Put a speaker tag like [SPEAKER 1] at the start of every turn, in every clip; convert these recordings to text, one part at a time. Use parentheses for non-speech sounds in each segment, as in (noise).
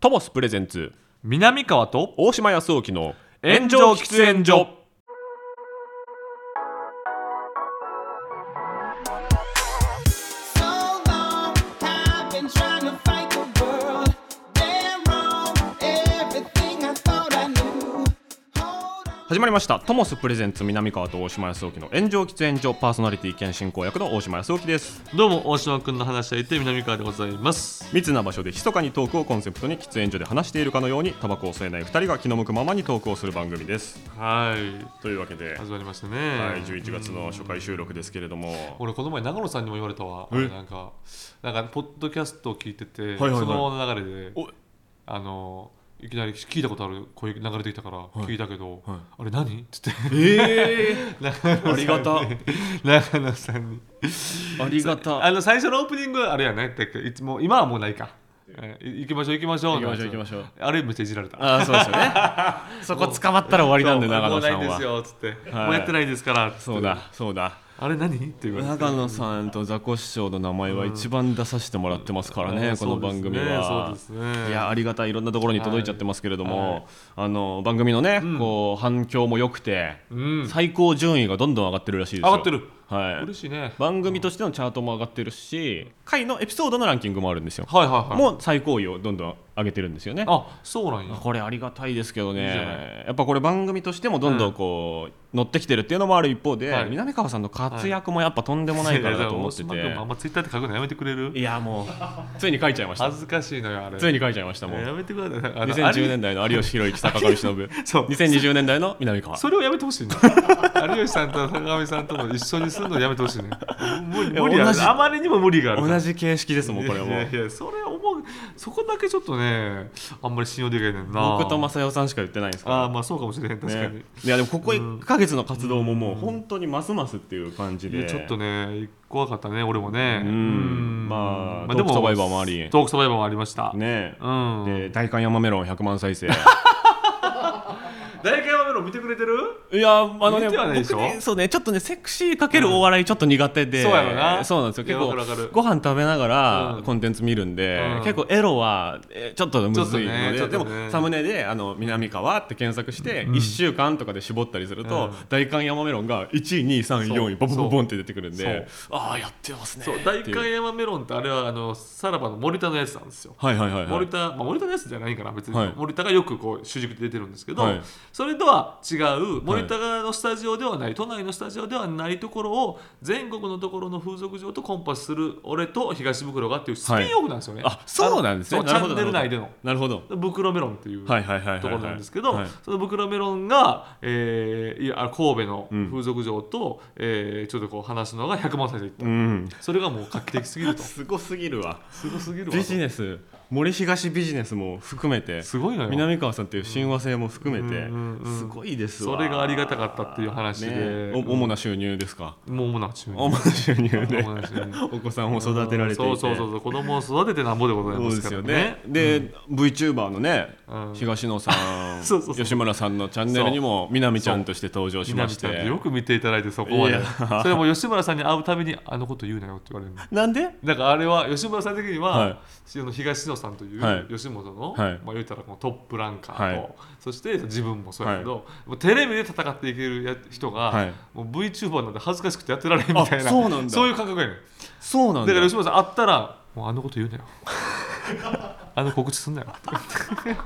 [SPEAKER 1] トモスプレゼンツ
[SPEAKER 2] 南川と
[SPEAKER 1] 大島康沖の
[SPEAKER 2] 炎上喫煙所
[SPEAKER 1] 始まりましたトモスプレゼンツ南川と大島康沖の炎上喫煙所パーソナリティ兼進行役の大島康沖です
[SPEAKER 2] どうも大島君の話し相手南川でございます
[SPEAKER 1] 密な場所で密かにトークをコンセプトに喫煙所で話しているかのようにタバコを吸えない2人が気の向くままにトークをする番組です
[SPEAKER 2] はい
[SPEAKER 1] というわけで、
[SPEAKER 2] 始まりましたね
[SPEAKER 1] はい、11月の初回
[SPEAKER 2] うん
[SPEAKER 1] 収録ですけれども、
[SPEAKER 2] 俺この前長野さんにも言われたわ
[SPEAKER 1] え
[SPEAKER 2] なんかなんかポッドキャストを聞いてて、
[SPEAKER 1] はいはい
[SPEAKER 2] そのままの流れで
[SPEAKER 1] お
[SPEAKER 2] あのいきなり聞いたことある声流れてきたから聞いたけど、
[SPEAKER 1] はい
[SPEAKER 2] あれ何っつって
[SPEAKER 1] ええ
[SPEAKER 2] (laughs) あ
[SPEAKER 1] ありがた
[SPEAKER 2] 長野さんに
[SPEAKER 1] (laughs) ありが
[SPEAKER 2] あの最初のオープニングあれやねだっけいつも今はもうないか、えい行きましょう行きましょ
[SPEAKER 1] 行
[SPEAKER 2] う
[SPEAKER 1] きましょう行きましょう
[SPEAKER 2] あれめっちゃいじられた
[SPEAKER 1] あーそうです (laughs) よねそこ捕まったら終わりなんで
[SPEAKER 2] そう
[SPEAKER 1] 長野さ
[SPEAKER 2] も
[SPEAKER 1] ん
[SPEAKER 2] うないです
[SPEAKER 1] は
[SPEAKER 2] よつって、
[SPEAKER 1] はい
[SPEAKER 2] もうやってないですからつって
[SPEAKER 1] そうだそうだ
[SPEAKER 2] あれ何って言われて
[SPEAKER 1] 長野さんとザコシショウの名前は一番出させてもらってますからね、
[SPEAKER 2] うん
[SPEAKER 1] この番組は。
[SPEAKER 2] そうですねそうですね
[SPEAKER 1] いやありがたいいろんなところに届いちゃってますけれども、あの番組のね、こう反響も良くて、
[SPEAKER 2] うん
[SPEAKER 1] 最高順位がどんどん上がってるらしいですよ
[SPEAKER 2] 上がってる、
[SPEAKER 1] は
[SPEAKER 2] 嬉
[SPEAKER 1] い、
[SPEAKER 2] しいね
[SPEAKER 1] 番組としてのチャートも上がってるし回のエピソードのランキングもあるんですよ、
[SPEAKER 2] はいはいはい
[SPEAKER 1] もう最高位をどんどん上げてるんですよね
[SPEAKER 2] あそうなんや
[SPEAKER 1] これありがたいですけどね
[SPEAKER 2] いいじゃな
[SPEAKER 1] やっぱこれ番組としてもどんどんこう、乗ってきてるっていうのもある一方で、
[SPEAKER 2] はい
[SPEAKER 1] 南川さんの活躍もやっぱとんでもないからだと思ってて、
[SPEAKER 2] いやいや大島君もあんまツイッターって書くのやめてくれる
[SPEAKER 1] いやもうついに書いちゃいました
[SPEAKER 2] 恥ずかしいのよあれ
[SPEAKER 1] ついに書いちゃいましたも
[SPEAKER 2] や
[SPEAKER 1] う
[SPEAKER 2] めてくださいあの
[SPEAKER 1] 2010年代の有吉弘行坂上忍
[SPEAKER 2] あれ (laughs) そう
[SPEAKER 1] 2020年代の南川
[SPEAKER 2] それをやめてほしいね (laughs) 有吉さんと坂上さんとも一緒にするのやめてほしいね無理無理
[SPEAKER 1] 同
[SPEAKER 2] あ
[SPEAKER 1] じ
[SPEAKER 2] るあまりにも無理があるから
[SPEAKER 1] 同じ形式ですもんこれ
[SPEAKER 2] いや
[SPEAKER 1] も
[SPEAKER 2] いやそれ思うそこだけちょっとねあんまり信用できないねんな
[SPEAKER 1] 僕と正代さんしか言ってないんです
[SPEAKER 2] ああ
[SPEAKER 1] か
[SPEAKER 2] まあそうかもしれへん
[SPEAKER 1] ら
[SPEAKER 2] 確かに、
[SPEAKER 1] ねいやでもここ1か月の活動ももう本当にますますっていう感じ
[SPEAKER 2] い
[SPEAKER 1] で
[SPEAKER 2] やちょっとね怖かったね俺もね
[SPEAKER 1] う
[SPEAKER 2] うん
[SPEAKER 1] んまあトークサバイバーもあり
[SPEAKER 2] トークサバイバーもありました、
[SPEAKER 1] ね
[SPEAKER 2] うん
[SPEAKER 1] で大観山メロン100万再生
[SPEAKER 2] 大会はメロン見てくれてる
[SPEAKER 1] いやあのね
[SPEAKER 2] 見てはないでしょ
[SPEAKER 1] 僕ねそうねちょっとねセクシーかけるお笑いちょっと苦手で、
[SPEAKER 2] そうやろな
[SPEAKER 1] そうなんですよ
[SPEAKER 2] いや
[SPEAKER 1] 結
[SPEAKER 2] わかるわか
[SPEAKER 1] 構
[SPEAKER 2] る
[SPEAKER 1] ご飯食べなが
[SPEAKER 2] う
[SPEAKER 1] ら
[SPEAKER 2] ん
[SPEAKER 1] コンテンツ見るんで、
[SPEAKER 2] うん
[SPEAKER 1] 結構エロはえちょっとむずいので、
[SPEAKER 2] ちょっ
[SPEAKER 1] でも
[SPEAKER 2] とねちょっとね
[SPEAKER 1] サムネで「あの南川」って検索して1週間とかで絞ったりすると、
[SPEAKER 2] うん
[SPEAKER 1] 大観山メロンが1位2位3位4位ボンボンボンボンって出てくるんでああやってますね
[SPEAKER 2] そう
[SPEAKER 1] っ
[SPEAKER 2] 大
[SPEAKER 1] ていう
[SPEAKER 2] 観山メロンってあれはあのさらばの森田のやつなんですよ
[SPEAKER 1] はいはいはいはい
[SPEAKER 2] 森田、まあ、森田のやつじゃないから別に、
[SPEAKER 1] はい
[SPEAKER 2] 森田がよくこう主軸で出てるんですけど、
[SPEAKER 1] はい
[SPEAKER 2] それとは違う森田のスタジオではない、都内のスタジオではないところを全国のところの風俗場とコンパスする俺と東袋がっていうスピンオフなんですよね、
[SPEAKER 1] あそうなんですね
[SPEAKER 2] あの
[SPEAKER 1] な
[SPEAKER 2] そ
[SPEAKER 1] るほど
[SPEAKER 2] うチャンネル内での
[SPEAKER 1] なるほど
[SPEAKER 2] 袋メロンっていう
[SPEAKER 1] はいはいはいはいはい
[SPEAKER 2] ところなんですけど、
[SPEAKER 1] はい
[SPEAKER 2] その袋メロンが、えーいやあ神戸の
[SPEAKER 1] うん
[SPEAKER 2] 風俗場と、えーちょっとこう話すのが100万再生いった、
[SPEAKER 1] うん
[SPEAKER 2] それがもう画期的すぎると
[SPEAKER 1] すご (laughs) すぎるわ
[SPEAKER 2] すごすぎるわと
[SPEAKER 1] ビジネス森東ビジネスも含めて
[SPEAKER 2] すごいのよ
[SPEAKER 1] 南川さんっていう親和性も含めて
[SPEAKER 2] うんうんうん
[SPEAKER 1] すごいですわ
[SPEAKER 2] それがありがたかったっていう話で
[SPEAKER 1] ねえお主な収入ですか
[SPEAKER 2] もう主な収入
[SPEAKER 1] 主な収入で
[SPEAKER 2] 主な収入
[SPEAKER 1] お子さんを (laughs) 育てられていて
[SPEAKER 2] そうそうそうそう子供を育ててなんぼでござい
[SPEAKER 1] そ
[SPEAKER 2] ま
[SPEAKER 1] う
[SPEAKER 2] す
[SPEAKER 1] で
[SPEAKER 2] か
[SPEAKER 1] す
[SPEAKER 2] ら
[SPEAKER 1] よ
[SPEAKER 2] ね
[SPEAKER 1] ねで VTuber のね
[SPEAKER 2] うん
[SPEAKER 1] 東野さん
[SPEAKER 2] (laughs) そうそうそう
[SPEAKER 1] 吉村さんのチャンネルにも南ちゃんとして登場しま
[SPEAKER 2] 南
[SPEAKER 1] し
[SPEAKER 2] ちゃんっててよく見ていただいてそこま
[SPEAKER 1] い
[SPEAKER 2] で
[SPEAKER 1] や (laughs)
[SPEAKER 2] それも吉村さんに会うたびにあのこと言うなよって言われるの
[SPEAKER 1] なんで
[SPEAKER 2] なんかあれは吉村さん的には、
[SPEAKER 1] はい
[SPEAKER 2] その東野さんとい
[SPEAKER 1] はいう
[SPEAKER 2] 吉本の、
[SPEAKER 1] はい
[SPEAKER 2] まあ、言ったらこのトップランカーと、
[SPEAKER 1] はい
[SPEAKER 2] そして自分もそうやけど、もうテレビで戦っていけるや人が、
[SPEAKER 1] はい
[SPEAKER 2] もう VTuber なんて恥ずかしくてやってられんみたいな
[SPEAKER 1] あそうなんだ
[SPEAKER 2] そういう感覚やねん
[SPEAKER 1] そうなん
[SPEAKER 2] だ
[SPEAKER 1] だ
[SPEAKER 2] から吉村さん会ったら「もうあのこと言
[SPEAKER 1] (laughs)
[SPEAKER 2] うなよあの告知すんなよ」え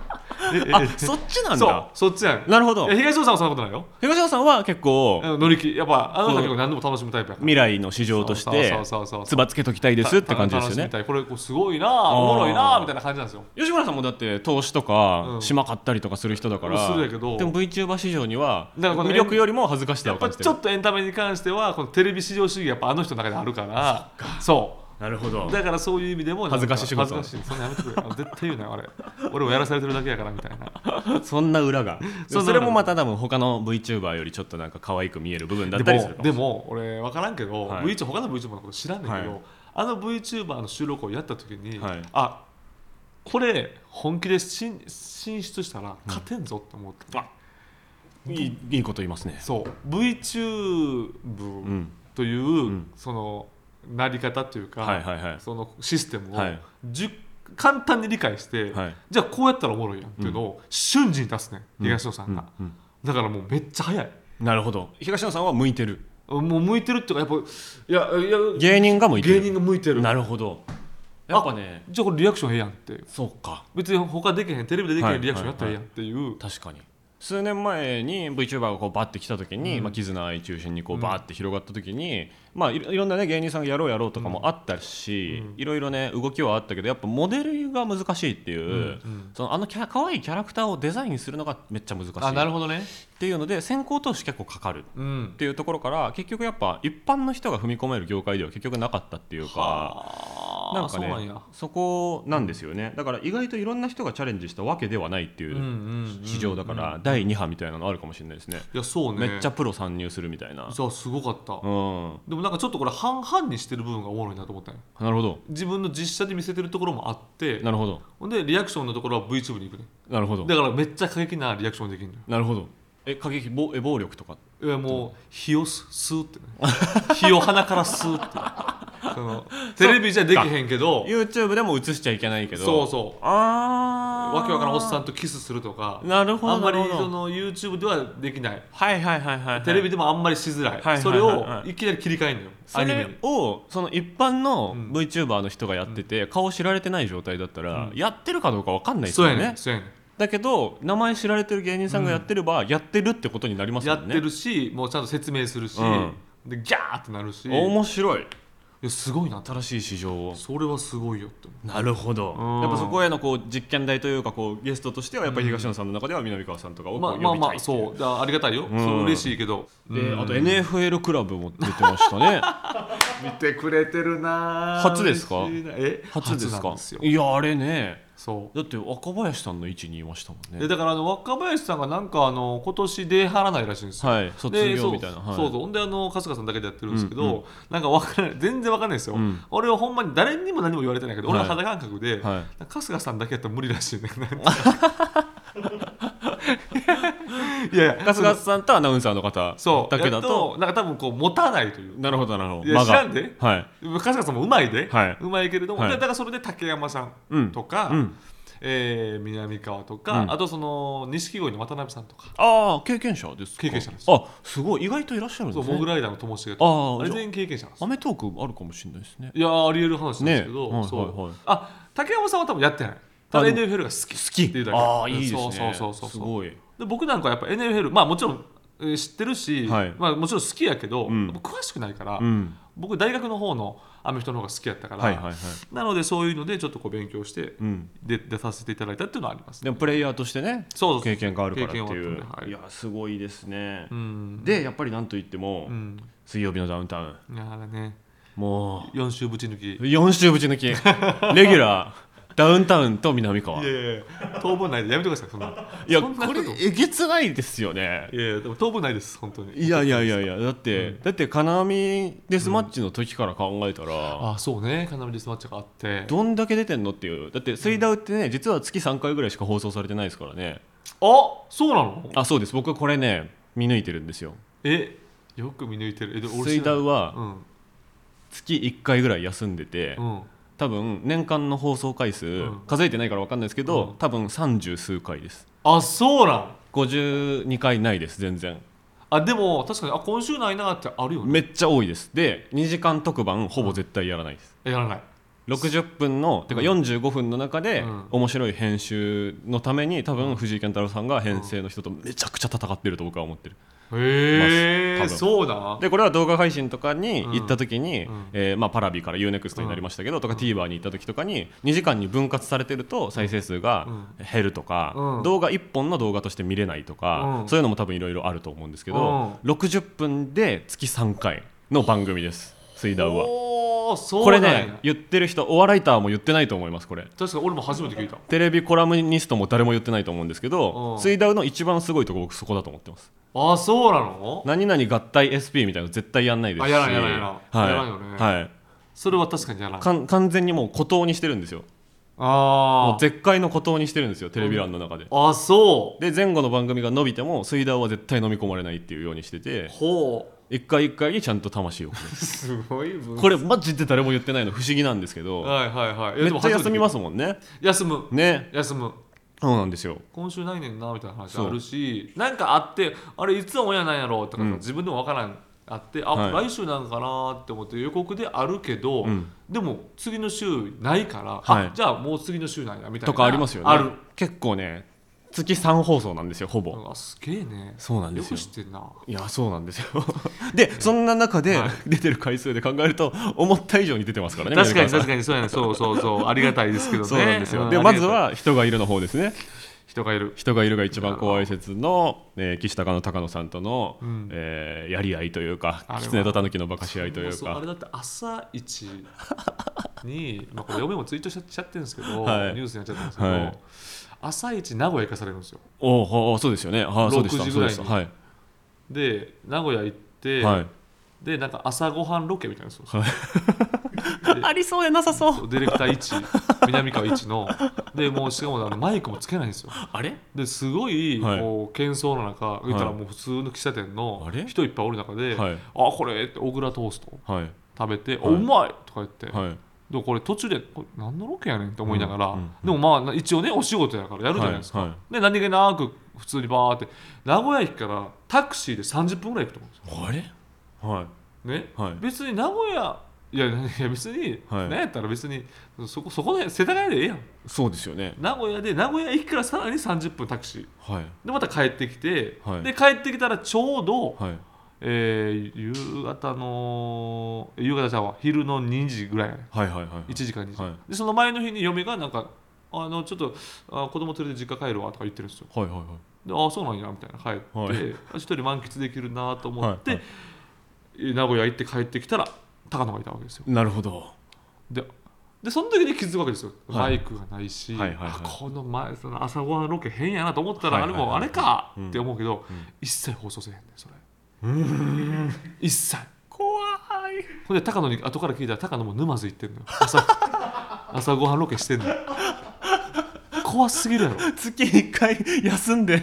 [SPEAKER 1] あ
[SPEAKER 2] え
[SPEAKER 1] そっちなん
[SPEAKER 2] そう
[SPEAKER 1] だ
[SPEAKER 2] そっちやん
[SPEAKER 1] なるほど
[SPEAKER 2] いや東野さんはそんなことないよ
[SPEAKER 1] 東野さんは結構
[SPEAKER 2] うん乗り切りやっぱあの人は結構何でも楽しむタイプやから
[SPEAKER 1] 未来の市場として
[SPEAKER 2] そうそうそうそう
[SPEAKER 1] つばつけときたいですって感じですよ
[SPEAKER 2] 楽し
[SPEAKER 1] ね
[SPEAKER 2] みたいこれこうすごいなあおもろいなあみたいな感じなんですよ
[SPEAKER 1] 吉村さんもだって投資とか
[SPEAKER 2] うん
[SPEAKER 1] 島買ったりとかする人だから、
[SPEAKER 2] するやけど
[SPEAKER 1] でも VTuber 市場には
[SPEAKER 2] だからこの
[SPEAKER 1] 魅力よりも恥ずかしさ
[SPEAKER 2] や
[SPEAKER 1] を
[SPEAKER 2] っぱ
[SPEAKER 1] 感じて
[SPEAKER 2] ちょ
[SPEAKER 1] る
[SPEAKER 2] っとエンタメに関してはこのテレビ市場主義やっぱあの人の中であるからそ
[SPEAKER 1] なるほど
[SPEAKER 2] うだからそういう意味でもなん
[SPEAKER 1] 恥ずかしい仕事
[SPEAKER 2] 恥ずかしいそんなやめてくれあの絶対言うなよあれ俺もやらされてるだけやからみたいな
[SPEAKER 1] そんな裏が
[SPEAKER 2] (laughs) そんな
[SPEAKER 1] そ
[SPEAKER 2] 裏が
[SPEAKER 1] れもまた多分他の VTuber よりちょっとなんか可愛く見える部分だった
[SPEAKER 2] で
[SPEAKER 1] りする
[SPEAKER 2] も
[SPEAKER 1] かも
[SPEAKER 2] でも俺分からんけど、
[SPEAKER 1] はい
[SPEAKER 2] VTuber 他の VTuber のこと知らんねんけど、
[SPEAKER 1] はい
[SPEAKER 2] あの VTuber の収録をやった時に、
[SPEAKER 1] はい
[SPEAKER 2] あこれ本気で進進出したら勝てんぞって思った、
[SPEAKER 1] あいいいいこと言いますね
[SPEAKER 2] そう VTube
[SPEAKER 1] ん
[SPEAKER 2] という、
[SPEAKER 1] ん
[SPEAKER 2] そのなり方というか、
[SPEAKER 1] はいはいはい
[SPEAKER 2] そのシステムを
[SPEAKER 1] はい
[SPEAKER 2] 10, 簡単に理解して、
[SPEAKER 1] はい
[SPEAKER 2] じゃあこうやったらおもろいやんっていうのを瞬時に出すね、ん、東野さんが、
[SPEAKER 1] うん
[SPEAKER 2] だからもうめっちゃ早い
[SPEAKER 1] なるほど東野さんは向いてる
[SPEAKER 2] もう向いてるっていうかやっぱいやいや
[SPEAKER 1] 芸人が向いてる
[SPEAKER 2] 芸人が向いてる
[SPEAKER 1] なるほどやっぱね
[SPEAKER 2] じゃあこれリアクションええやんって
[SPEAKER 1] そうか
[SPEAKER 2] 別に他できへんテレビでできへ
[SPEAKER 1] はい
[SPEAKER 2] んリアクションやったらええやんっていう、
[SPEAKER 1] 確かに数年前に VTuber がこうバッて来た時に、まあ、キズナ愛中心にこうバーって広がった時に、まあ、いろいろんな、ね、芸人さんがやろうやろうとかもあったし、いろいろね動きはあったけどやっぱモデルが難しいっていう、そのあのキャ可愛いキャラクターをデザインするのがめっちゃ難しい
[SPEAKER 2] あなる
[SPEAKER 1] っ
[SPEAKER 2] ほどね
[SPEAKER 1] ていうので先行投資結構かかる
[SPEAKER 2] うん
[SPEAKER 1] っていうところから結局やっぱ一般の人が踏み込める業界では結局なかったっていうか。
[SPEAKER 2] あ
[SPEAKER 1] なんか
[SPEAKER 2] そうなん
[SPEAKER 1] ね
[SPEAKER 2] や
[SPEAKER 1] そこなんですよねだから意外といろんな人がチャレンジしたわけではないっていう
[SPEAKER 2] うんうんうん
[SPEAKER 1] 市場だから第2波みたいなのあるかもしれないですね
[SPEAKER 2] いやそうね
[SPEAKER 1] めっちゃプロ参入するみたいな
[SPEAKER 2] そうすごかった、
[SPEAKER 1] うん
[SPEAKER 2] でもなんかちょっとこれ半々にしてる部分がおもろいなと思ったよ
[SPEAKER 1] なるほど
[SPEAKER 2] 自分の実写で見せてるところもあって
[SPEAKER 1] なるほど
[SPEAKER 2] ほんでリアクションのところは VTube に行くね
[SPEAKER 1] なるほど
[SPEAKER 2] だからめっちゃ過激なリアクションできるのよ
[SPEAKER 1] なるほどえ過激暴え暴力とか
[SPEAKER 2] いやもう火をす吸うってね火を鼻から吸うってそ
[SPEAKER 1] (laughs)
[SPEAKER 2] のテレビじゃできへんけど
[SPEAKER 1] YouTube でも映しちゃいけないけど
[SPEAKER 2] そうそう
[SPEAKER 1] あー
[SPEAKER 2] わけわからんおっさんとキスするとか
[SPEAKER 1] なるほど
[SPEAKER 2] あんまり
[SPEAKER 1] なるほど
[SPEAKER 2] その YouTube ではできない
[SPEAKER 1] はいはいはいはいはい
[SPEAKER 2] テレビでもあんまりしづらい、
[SPEAKER 1] はい
[SPEAKER 2] それ
[SPEAKER 1] はい
[SPEAKER 2] を
[SPEAKER 1] はいはい
[SPEAKER 2] いきなり切り替えんのよ、
[SPEAKER 1] そ
[SPEAKER 2] アニメに
[SPEAKER 1] れをその一般の
[SPEAKER 2] うん
[SPEAKER 1] VTuber の人がやってて、顔知られてない状態だったら、
[SPEAKER 2] うん
[SPEAKER 1] やってるかどうかわかんないです
[SPEAKER 2] そう
[SPEAKER 1] よ
[SPEAKER 2] や
[SPEAKER 1] ね
[SPEAKER 2] ねそうやね
[SPEAKER 1] だけど名前知られてる芸人さんがやってれば、やってるってことになります
[SPEAKER 2] や
[SPEAKER 1] よ
[SPEAKER 2] っ
[SPEAKER 1] ね
[SPEAKER 2] てるしもうちゃんと説明するし、
[SPEAKER 1] うん
[SPEAKER 2] でギャーってなるしい
[SPEAKER 1] 面白い
[SPEAKER 2] やすごいな
[SPEAKER 1] 新しい市場を
[SPEAKER 2] それはすごいよって思
[SPEAKER 1] なるほど、
[SPEAKER 2] うん
[SPEAKER 1] やっぱそこへのこう実験台というかこうゲストとしてはやっぱり東野さんの中では南川さんとかを
[SPEAKER 2] う
[SPEAKER 1] こ
[SPEAKER 2] まあ
[SPEAKER 1] う
[SPEAKER 2] ま
[SPEAKER 1] 呼
[SPEAKER 2] あ
[SPEAKER 1] び
[SPEAKER 2] ま
[SPEAKER 1] たい
[SPEAKER 2] あ
[SPEAKER 1] っていう
[SPEAKER 2] そうだからありがたいよ、
[SPEAKER 1] ん
[SPEAKER 2] それ嬉しいけど
[SPEAKER 1] であと
[SPEAKER 2] うん
[SPEAKER 1] NFL クラブも出てました (laughs) ね
[SPEAKER 2] 見てくれてるなー
[SPEAKER 1] 初ですか
[SPEAKER 2] 嬉しいなえ
[SPEAKER 1] 初です
[SPEAKER 2] 初な
[SPEAKER 1] か
[SPEAKER 2] んですよ
[SPEAKER 1] いやあれね
[SPEAKER 2] そう
[SPEAKER 1] だって若林さんの位置にいましたもん
[SPEAKER 2] で
[SPEAKER 1] ね
[SPEAKER 2] だからあの若林さんがなんかあの今年出払わないらしいんですよ、
[SPEAKER 1] はい卒
[SPEAKER 2] で
[SPEAKER 1] 業みたいな
[SPEAKER 2] そう,、
[SPEAKER 1] はい
[SPEAKER 2] そうそうほんであの春日さんだけでやってるんですけど、
[SPEAKER 1] うんう
[SPEAKER 2] なんかわからない全然わかんないですよ、
[SPEAKER 1] ん
[SPEAKER 2] 俺はほんまに誰にも何も言われてないけど、俺
[SPEAKER 1] は
[SPEAKER 2] はい肌感覚で、
[SPEAKER 1] はい
[SPEAKER 2] なんか春日さんだけやったら無理らしいね
[SPEAKER 1] (laughs)
[SPEAKER 2] いやいや
[SPEAKER 1] 春日さんとアナウンサーの方
[SPEAKER 2] そう
[SPEAKER 1] だけだ
[SPEAKER 2] やっ
[SPEAKER 1] と
[SPEAKER 2] となんか多分こう持たないという
[SPEAKER 1] なるほどなるほど
[SPEAKER 2] い
[SPEAKER 1] 間
[SPEAKER 2] や
[SPEAKER 1] が
[SPEAKER 2] 知らんで
[SPEAKER 1] はい
[SPEAKER 2] 春日さんもうまいで、
[SPEAKER 1] はいう
[SPEAKER 2] まいけれども、
[SPEAKER 1] はい
[SPEAKER 2] でだからそれで竹山さ
[SPEAKER 1] うん
[SPEAKER 2] んとか、
[SPEAKER 1] うん
[SPEAKER 2] えー南川とか、
[SPEAKER 1] うん
[SPEAKER 2] あとその錦鯉の渡辺さんとか
[SPEAKER 1] ああ経験者ですか
[SPEAKER 2] 経験者です
[SPEAKER 1] あすごい意外といらっしゃるん
[SPEAKER 2] そ
[SPEAKER 1] で
[SPEAKER 2] う
[SPEAKER 1] す
[SPEAKER 2] モグ
[SPEAKER 1] ね
[SPEAKER 2] ライダーのともしげ
[SPEAKER 1] あ
[SPEAKER 2] とか
[SPEAKER 1] あ
[SPEAKER 2] あれ
[SPEAKER 1] じゃあ
[SPEAKER 2] 全員経験者なんです
[SPEAKER 1] アメトークあるかもしれないですね
[SPEAKER 2] いやーありえる話なんですけど、
[SPEAKER 1] ねはい
[SPEAKER 2] そう
[SPEAKER 1] はいはい
[SPEAKER 2] あ竹山さんは多分やってないただ
[SPEAKER 1] あで
[SPEAKER 2] NFL が好
[SPEAKER 1] 好
[SPEAKER 2] きっ
[SPEAKER 1] き
[SPEAKER 2] ていうだけ
[SPEAKER 1] ああいいですね
[SPEAKER 2] そうそうそう
[SPEAKER 1] す
[SPEAKER 2] そう
[SPEAKER 1] ごい
[SPEAKER 2] で僕なんかはやっぱ NFL まあもちろんえー知ってるし、
[SPEAKER 1] はい
[SPEAKER 2] まあ、もちろん好きやけど、
[SPEAKER 1] ん
[SPEAKER 2] やっぱ詳しくないから、
[SPEAKER 1] うん
[SPEAKER 2] 僕大学の方のアメフトの方が好きやったから、
[SPEAKER 1] はいはいはい
[SPEAKER 2] なのでそういうのでちょっとこう勉強して、
[SPEAKER 1] うん
[SPEAKER 2] で出させていただいたっていうのはあります
[SPEAKER 1] でもプレイヤーとしてね
[SPEAKER 2] そうそう
[SPEAKER 1] 経験があるからって
[SPEAKER 2] 経
[SPEAKER 1] い
[SPEAKER 2] 験
[SPEAKER 1] う
[SPEAKER 2] はあった
[SPEAKER 1] い
[SPEAKER 2] んで
[SPEAKER 1] や
[SPEAKER 2] は
[SPEAKER 1] すごいですね
[SPEAKER 2] うん
[SPEAKER 1] でやっぱりなんといっても
[SPEAKER 2] うん
[SPEAKER 1] 水曜日のダウンタウン
[SPEAKER 2] いやーね
[SPEAKER 1] も
[SPEAKER 2] 4週ぶち抜き
[SPEAKER 1] う4週ぶち抜
[SPEAKER 2] (laughs)
[SPEAKER 1] きレギュラーダウンタウンと南川
[SPEAKER 2] いや
[SPEAKER 1] い
[SPEAKER 2] いやいや当分ないでやめてくださいそんな
[SPEAKER 1] や
[SPEAKER 2] そんな
[SPEAKER 1] こ
[SPEAKER 2] こ
[SPEAKER 1] れ
[SPEAKER 2] と
[SPEAKER 1] えげつないですよね
[SPEAKER 2] いやいやでも当分ないです本当に
[SPEAKER 1] いやいやいやいやだってだって金網デスマッチの時から考えたら
[SPEAKER 2] あそうねカナメディスマッチがあって
[SPEAKER 1] どんだけ出てんのっていうだって「水ダウ」ってね実は月3回ぐらいしか放送されてないですからね
[SPEAKER 2] あそうなの
[SPEAKER 1] あそうです僕これね見抜いてるんですよ
[SPEAKER 2] えよく見抜いてるえ
[SPEAKER 1] 「
[SPEAKER 2] で
[SPEAKER 1] 水ダウ」は
[SPEAKER 2] うん
[SPEAKER 1] 月1回ぐらい休んでて、
[SPEAKER 2] うん
[SPEAKER 1] 多分年間の放送回数、
[SPEAKER 2] ん
[SPEAKER 1] 数えてないから分かんないですけど、多分30数回です
[SPEAKER 2] あそうなん
[SPEAKER 1] 52回ないです全然
[SPEAKER 2] あでも確かにあ今週ないなってあるよね
[SPEAKER 1] めっちゃ多いですで2時間特番ほぼ絶対やらないです、
[SPEAKER 2] やらない
[SPEAKER 1] 60分のてか45分の中で、
[SPEAKER 2] うん
[SPEAKER 1] 面白い編集のために多分藤井健太郎さんが編成の人とめちゃくちゃ戦ってると僕は思ってる
[SPEAKER 2] へ
[SPEAKER 1] ま
[SPEAKER 2] え
[SPEAKER 1] す多分
[SPEAKER 2] そうなん
[SPEAKER 1] でこれは動画配信とかに行った時に、
[SPEAKER 2] うん
[SPEAKER 1] えーまあ、パラビから UNEXT になりましたけど、とか TVer に行った時とかに2時間に分割されてると再生数が減るとか、
[SPEAKER 2] うん
[SPEAKER 1] 動画1本の動画として見れないとか、
[SPEAKER 2] うん
[SPEAKER 1] そういうのも多分いろいろあると思うんですけど、60分で月3回の番組です「水ダウは。
[SPEAKER 2] おおそう
[SPEAKER 1] これ
[SPEAKER 2] なんや
[SPEAKER 1] ね言ってる人お笑いターも言ってないと思いますこれ。
[SPEAKER 2] 確かに俺も初めて聞いた
[SPEAKER 1] テレビコラムニストも誰も言ってないと思うんですけ
[SPEAKER 2] う
[SPEAKER 1] ど
[SPEAKER 2] ん
[SPEAKER 1] 「水ダウの一番すごいとこ僕そこだと思ってます
[SPEAKER 2] あそうなの
[SPEAKER 1] 何々合体 SP みたいなの絶対やんないですし
[SPEAKER 2] あやらんやらんやらん
[SPEAKER 1] はい
[SPEAKER 2] やらんよね
[SPEAKER 1] はい、
[SPEAKER 2] それは確かにやらない
[SPEAKER 1] かん完全にもう孤島にしてるんですよも
[SPEAKER 2] あ
[SPEAKER 1] う絶海の孤島にしてるんですよテレビ欄の中で、
[SPEAKER 2] ああそう
[SPEAKER 1] で前後の番組が伸びても水道は絶対飲み込まれないっていうようにしてて
[SPEAKER 2] ほう
[SPEAKER 3] 一回一回にちゃんと魂を込める
[SPEAKER 2] すごい分
[SPEAKER 3] これマジで誰も言ってないの不思議なんですけど
[SPEAKER 2] はいはいはいいや
[SPEAKER 3] めっ
[SPEAKER 2] でも
[SPEAKER 3] ちゃ休みますすもんね
[SPEAKER 2] 休む
[SPEAKER 3] ね
[SPEAKER 2] 休む
[SPEAKER 3] そうなんですよ
[SPEAKER 2] 今週ないねんなみたいな話
[SPEAKER 3] そ
[SPEAKER 2] あ
[SPEAKER 3] う
[SPEAKER 2] るしなんかあってあれいつオンエアなんやろうとか、
[SPEAKER 3] うん
[SPEAKER 2] 自分でもわからんあってあ、
[SPEAKER 3] はい
[SPEAKER 2] 来週なんかなって思って予告であるけど、
[SPEAKER 3] うん
[SPEAKER 2] でも次の週ないから、
[SPEAKER 3] はい
[SPEAKER 2] あじゃあもう次の週なんやみたいな
[SPEAKER 3] とかありますよね
[SPEAKER 2] ある
[SPEAKER 3] 結構ね月3放送なんですよほぼ
[SPEAKER 2] あすげえね
[SPEAKER 3] そうなんです
[SPEAKER 2] よ
[SPEAKER 3] よ
[SPEAKER 2] く知ってんない
[SPEAKER 3] やそうなんですよ
[SPEAKER 2] (laughs)
[SPEAKER 3] でそんな中で
[SPEAKER 2] はい
[SPEAKER 3] 出てる回数で考えると思った以上に出てますからね
[SPEAKER 2] 確かに
[SPEAKER 3] 南
[SPEAKER 2] 確
[SPEAKER 3] 川さん
[SPEAKER 2] かにそうやねそうそう
[SPEAKER 3] (laughs)
[SPEAKER 2] そうありがたいですけどね
[SPEAKER 3] そうなんですよ、
[SPEAKER 2] うん
[SPEAKER 3] で
[SPEAKER 2] ありが
[SPEAKER 3] ま
[SPEAKER 2] たい
[SPEAKER 3] ずは人がいるの方ですね
[SPEAKER 2] 人がいる
[SPEAKER 3] 人がいるが一番怖い説の、えー岸高の高野さんとの、
[SPEAKER 2] ん
[SPEAKER 3] えーやり合いというか
[SPEAKER 2] あれは
[SPEAKER 3] 狐と狸のバカし合いという
[SPEAKER 2] そうあ
[SPEAKER 3] か
[SPEAKER 2] れだって朝一に (laughs) まあこれ嫁もツイートしちゃってるんですけど、
[SPEAKER 3] はい
[SPEAKER 2] ニュースになっちゃったんですけど、
[SPEAKER 3] はい
[SPEAKER 2] 朝一名古屋行かされるんですよ
[SPEAKER 3] おうほうそうですよねはあそうでした
[SPEAKER 2] 6時
[SPEAKER 3] そ
[SPEAKER 2] ぐら
[SPEAKER 3] うで
[SPEAKER 2] いに
[SPEAKER 3] したはい、
[SPEAKER 2] で名古屋行って、
[SPEAKER 3] はい
[SPEAKER 2] でなんか朝ごはんロケみたいなのするんですよ
[SPEAKER 3] ありそうでなさそう
[SPEAKER 2] ディレクター1
[SPEAKER 3] (laughs)
[SPEAKER 2] 南川1のでもうしかもあのマイクもつけないんですよ
[SPEAKER 3] あれ
[SPEAKER 2] ですごい、
[SPEAKER 3] はい
[SPEAKER 2] こう喧騒の中言ったらもう普通の喫茶店の
[SPEAKER 3] あれ
[SPEAKER 2] 人いっぱいおる中で「
[SPEAKER 3] はい
[SPEAKER 2] あこれ」って小倉トースト
[SPEAKER 3] はい
[SPEAKER 2] 食べて「
[SPEAKER 3] い
[SPEAKER 2] おうまい!」とか言って、
[SPEAKER 3] はい
[SPEAKER 2] でもこれ途中でこれ何のロケやねんって思いながら、
[SPEAKER 3] うんうん
[SPEAKER 2] でもまあな一応ねお仕事やからやるじゃないですか、
[SPEAKER 3] はいは
[SPEAKER 2] で何気なく普通にバーって名古屋駅からタクシーで30分ぐらい行くと思うんです
[SPEAKER 3] あれはい
[SPEAKER 2] よね
[SPEAKER 3] はい
[SPEAKER 2] 別に名古屋いやいや別に、
[SPEAKER 3] は
[SPEAKER 2] な
[SPEAKER 3] い
[SPEAKER 2] んやったら別にそこそこで世田谷でええやん
[SPEAKER 3] そうですよね
[SPEAKER 2] 名古屋で名古屋駅からさらに30分タクシー
[SPEAKER 3] はい
[SPEAKER 2] でまた帰ってきて、
[SPEAKER 3] はい
[SPEAKER 2] で帰ってきたらちょうど、
[SPEAKER 3] はい
[SPEAKER 2] えー夕方の夕方ちゃんは昼の2時ぐらいやね
[SPEAKER 3] はいはいはい
[SPEAKER 2] 1時間2時、
[SPEAKER 3] は
[SPEAKER 2] でその前の日に嫁がなんかあのちょっとあ子供連れて実家帰るわとか言ってるんですよ
[SPEAKER 3] はいはいはい
[SPEAKER 2] でああそうなんやみたいな帰って、
[SPEAKER 3] はい
[SPEAKER 2] あ一人満喫できるなと思って、
[SPEAKER 3] はい
[SPEAKER 2] 名古屋行って帰ってきたら高野がいたわけですよ
[SPEAKER 3] なるほど
[SPEAKER 2] ででその時に気づくわけですよ、
[SPEAKER 3] は
[SPEAKER 2] マイクがないし、
[SPEAKER 3] はいはいはい
[SPEAKER 2] あこの前その朝ごはんロケ変やなと思ったら、
[SPEAKER 3] はいはいは
[SPEAKER 2] あ
[SPEAKER 3] い
[SPEAKER 2] れもあれか
[SPEAKER 3] うん
[SPEAKER 2] って思うけど、
[SPEAKER 3] うん
[SPEAKER 2] 一切放送せえへんねんそれ一切
[SPEAKER 3] 怖い
[SPEAKER 2] ほんで高野に後から聞いたら高野も沼津行ってんのよ朝朝 (laughs) ごはんロケしてんのよ怖すぎるやろ
[SPEAKER 3] 月1回休んで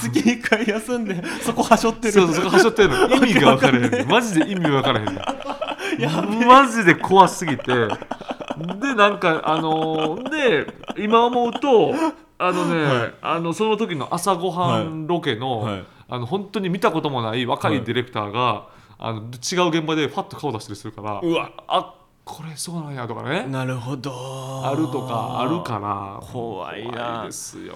[SPEAKER 3] 月1回休んでそこはしょってる
[SPEAKER 2] そうそうそこはしょってんの意味が分からへんねんマジで意味分からへんねんマジで怖すぎてでなんかあのーで今思うとあのね、あのその時の朝ごはんロケの,、
[SPEAKER 3] はいはい
[SPEAKER 2] あの本当に見たこともない若
[SPEAKER 3] はい
[SPEAKER 2] いディレクターが、あの違う現場でファッと顔出したりするから
[SPEAKER 3] うわ
[SPEAKER 2] あこれそうなんやとかね
[SPEAKER 3] なるほど
[SPEAKER 2] あるとかあるから
[SPEAKER 3] 怖いな
[SPEAKER 2] 怖いですよ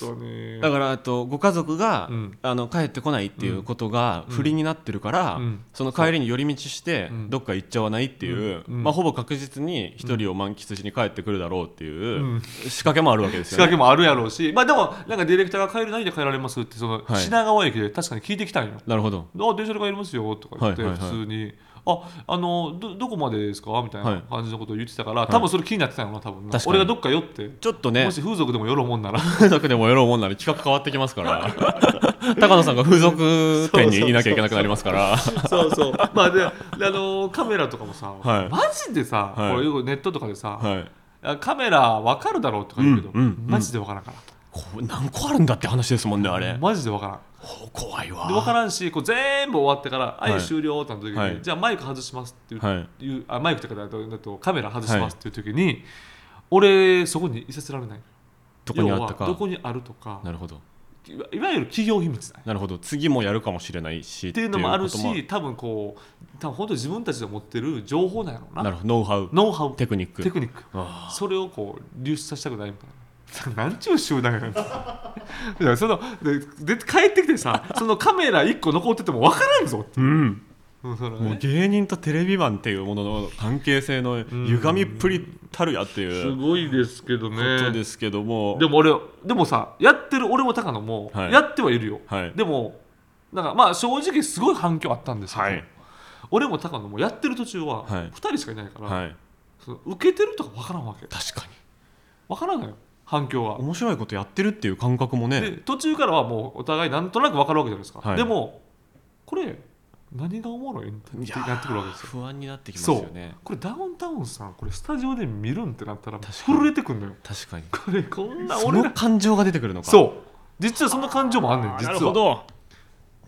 [SPEAKER 2] 本当に
[SPEAKER 3] だからあとご家族が、
[SPEAKER 2] うん
[SPEAKER 3] あの帰ってこないっていうことが不利になってるから、
[SPEAKER 2] うん
[SPEAKER 3] その帰りに寄り道して
[SPEAKER 2] うん
[SPEAKER 3] どっか行っちゃわないっていう、
[SPEAKER 2] うんうん
[SPEAKER 3] まあ、ほぼ確実に一人を満喫しに帰ってくるだろうっていう
[SPEAKER 2] うん
[SPEAKER 3] 仕掛けもあるわけです
[SPEAKER 2] 仕
[SPEAKER 3] よ
[SPEAKER 2] 掛け
[SPEAKER 3] ね。
[SPEAKER 2] もあるやろうし、まあでも、なんかディレクターが帰る、何で帰られますって、その
[SPEAKER 3] はい
[SPEAKER 2] 品川駅で確かに聞いてきたんよ。
[SPEAKER 3] なるほど
[SPEAKER 2] あ、電車で帰りますよとか言って、
[SPEAKER 3] はいはいはい
[SPEAKER 2] 普通に、あ、あのど、どこまでですかみたい
[SPEAKER 3] はい
[SPEAKER 2] な感じのことを言ってたから、多分それ気になってたんやろな、多分な
[SPEAKER 3] 確かに
[SPEAKER 2] 俺がどっか寄って、
[SPEAKER 3] ちょっとね
[SPEAKER 2] もし風俗でも寄るもんな
[SPEAKER 3] (laughs)
[SPEAKER 2] ら、
[SPEAKER 3] 風俗でもやろうもんなら企画変わってきますから (laughs) 高野さんが風俗店にいなきゃいけなくなりますから
[SPEAKER 2] そうそう、
[SPEAKER 3] (laughs)
[SPEAKER 2] まあで、であのカメラとかもさ、
[SPEAKER 3] はい
[SPEAKER 2] マジでさ、
[SPEAKER 3] はい
[SPEAKER 2] これネットとかでさ、
[SPEAKER 3] はい
[SPEAKER 2] あカメラわかるだろうとか言うけど、
[SPEAKER 3] うんうんうん
[SPEAKER 2] マジでわからんから、
[SPEAKER 3] こう何個あるんだって話ですもんねあれ
[SPEAKER 2] マジでわからん。
[SPEAKER 3] ほう怖いわ
[SPEAKER 2] で分からんしこう全部終わってから「
[SPEAKER 3] い
[SPEAKER 2] はい終了」ってなった時に、
[SPEAKER 3] はい
[SPEAKER 2] じゃあマイク外します」っていう、
[SPEAKER 3] はい
[SPEAKER 2] いうあマイクとかだとだとカメラ外しますっていう時に、俺そこにいさせられない
[SPEAKER 3] どこにあった
[SPEAKER 2] 要はど
[SPEAKER 3] か
[SPEAKER 2] こにあるとか
[SPEAKER 3] なるほど
[SPEAKER 2] いわいわゆる企業秘密だね
[SPEAKER 3] なるほど次もやるかもしれないしっ
[SPEAKER 2] っていうのもある
[SPEAKER 3] ていうことも
[SPEAKER 2] し多分こう多分本当に自分たちが持ってる情報なんやろうな
[SPEAKER 3] なるほどノウハウ
[SPEAKER 2] ノウハウ
[SPEAKER 3] テクニック
[SPEAKER 2] テクニック
[SPEAKER 3] あ
[SPEAKER 2] それをこう流出させたくないみ (laughs) たいな。なんちゅう集団やねん (laughs) いやそのでで帰ってきてさそのカメラ1個残ってても分からんぞ
[SPEAKER 3] ーうん
[SPEAKER 2] うんそのね
[SPEAKER 3] もう芸人とテレビマンっていうものの関係性の歪みっぷりたるやってい
[SPEAKER 2] す
[SPEAKER 3] うこ
[SPEAKER 2] ごいですけどね
[SPEAKER 3] とですけども
[SPEAKER 2] でも俺でもさやってる俺も高野も
[SPEAKER 3] はい
[SPEAKER 2] やってはいるよ、
[SPEAKER 3] はい
[SPEAKER 2] でもなんかまあ正直すごい反響あったんですけど、
[SPEAKER 3] はい
[SPEAKER 2] 俺も高野もやってる途中は
[SPEAKER 3] はい
[SPEAKER 2] 2人しかいないから、
[SPEAKER 3] はい
[SPEAKER 2] その受けてるとか分からんわけ
[SPEAKER 3] 確かに
[SPEAKER 2] 分からんのよ反響が、
[SPEAKER 3] 面白いことやってるっていう感覚もね
[SPEAKER 2] で途中からはもうお互いなんとなく分かるわけじゃないですか、
[SPEAKER 3] はい
[SPEAKER 2] でもこれ何がおもろいんって
[SPEAKER 3] いやー
[SPEAKER 2] なってくるわけですよ
[SPEAKER 3] 不安になってきます
[SPEAKER 2] そ
[SPEAKER 3] よ
[SPEAKER 2] う
[SPEAKER 3] ね
[SPEAKER 2] これダウンタウンさんこれスタジオで見るんってなったら
[SPEAKER 3] 確かに
[SPEAKER 2] 震えてくんのよ
[SPEAKER 3] 確かに
[SPEAKER 2] これこんな
[SPEAKER 3] そ
[SPEAKER 2] 俺
[SPEAKER 3] の
[SPEAKER 2] ら
[SPEAKER 3] 感情が出てくるのかう
[SPEAKER 2] そう実はその感情もあんねん実は
[SPEAKER 3] なるほど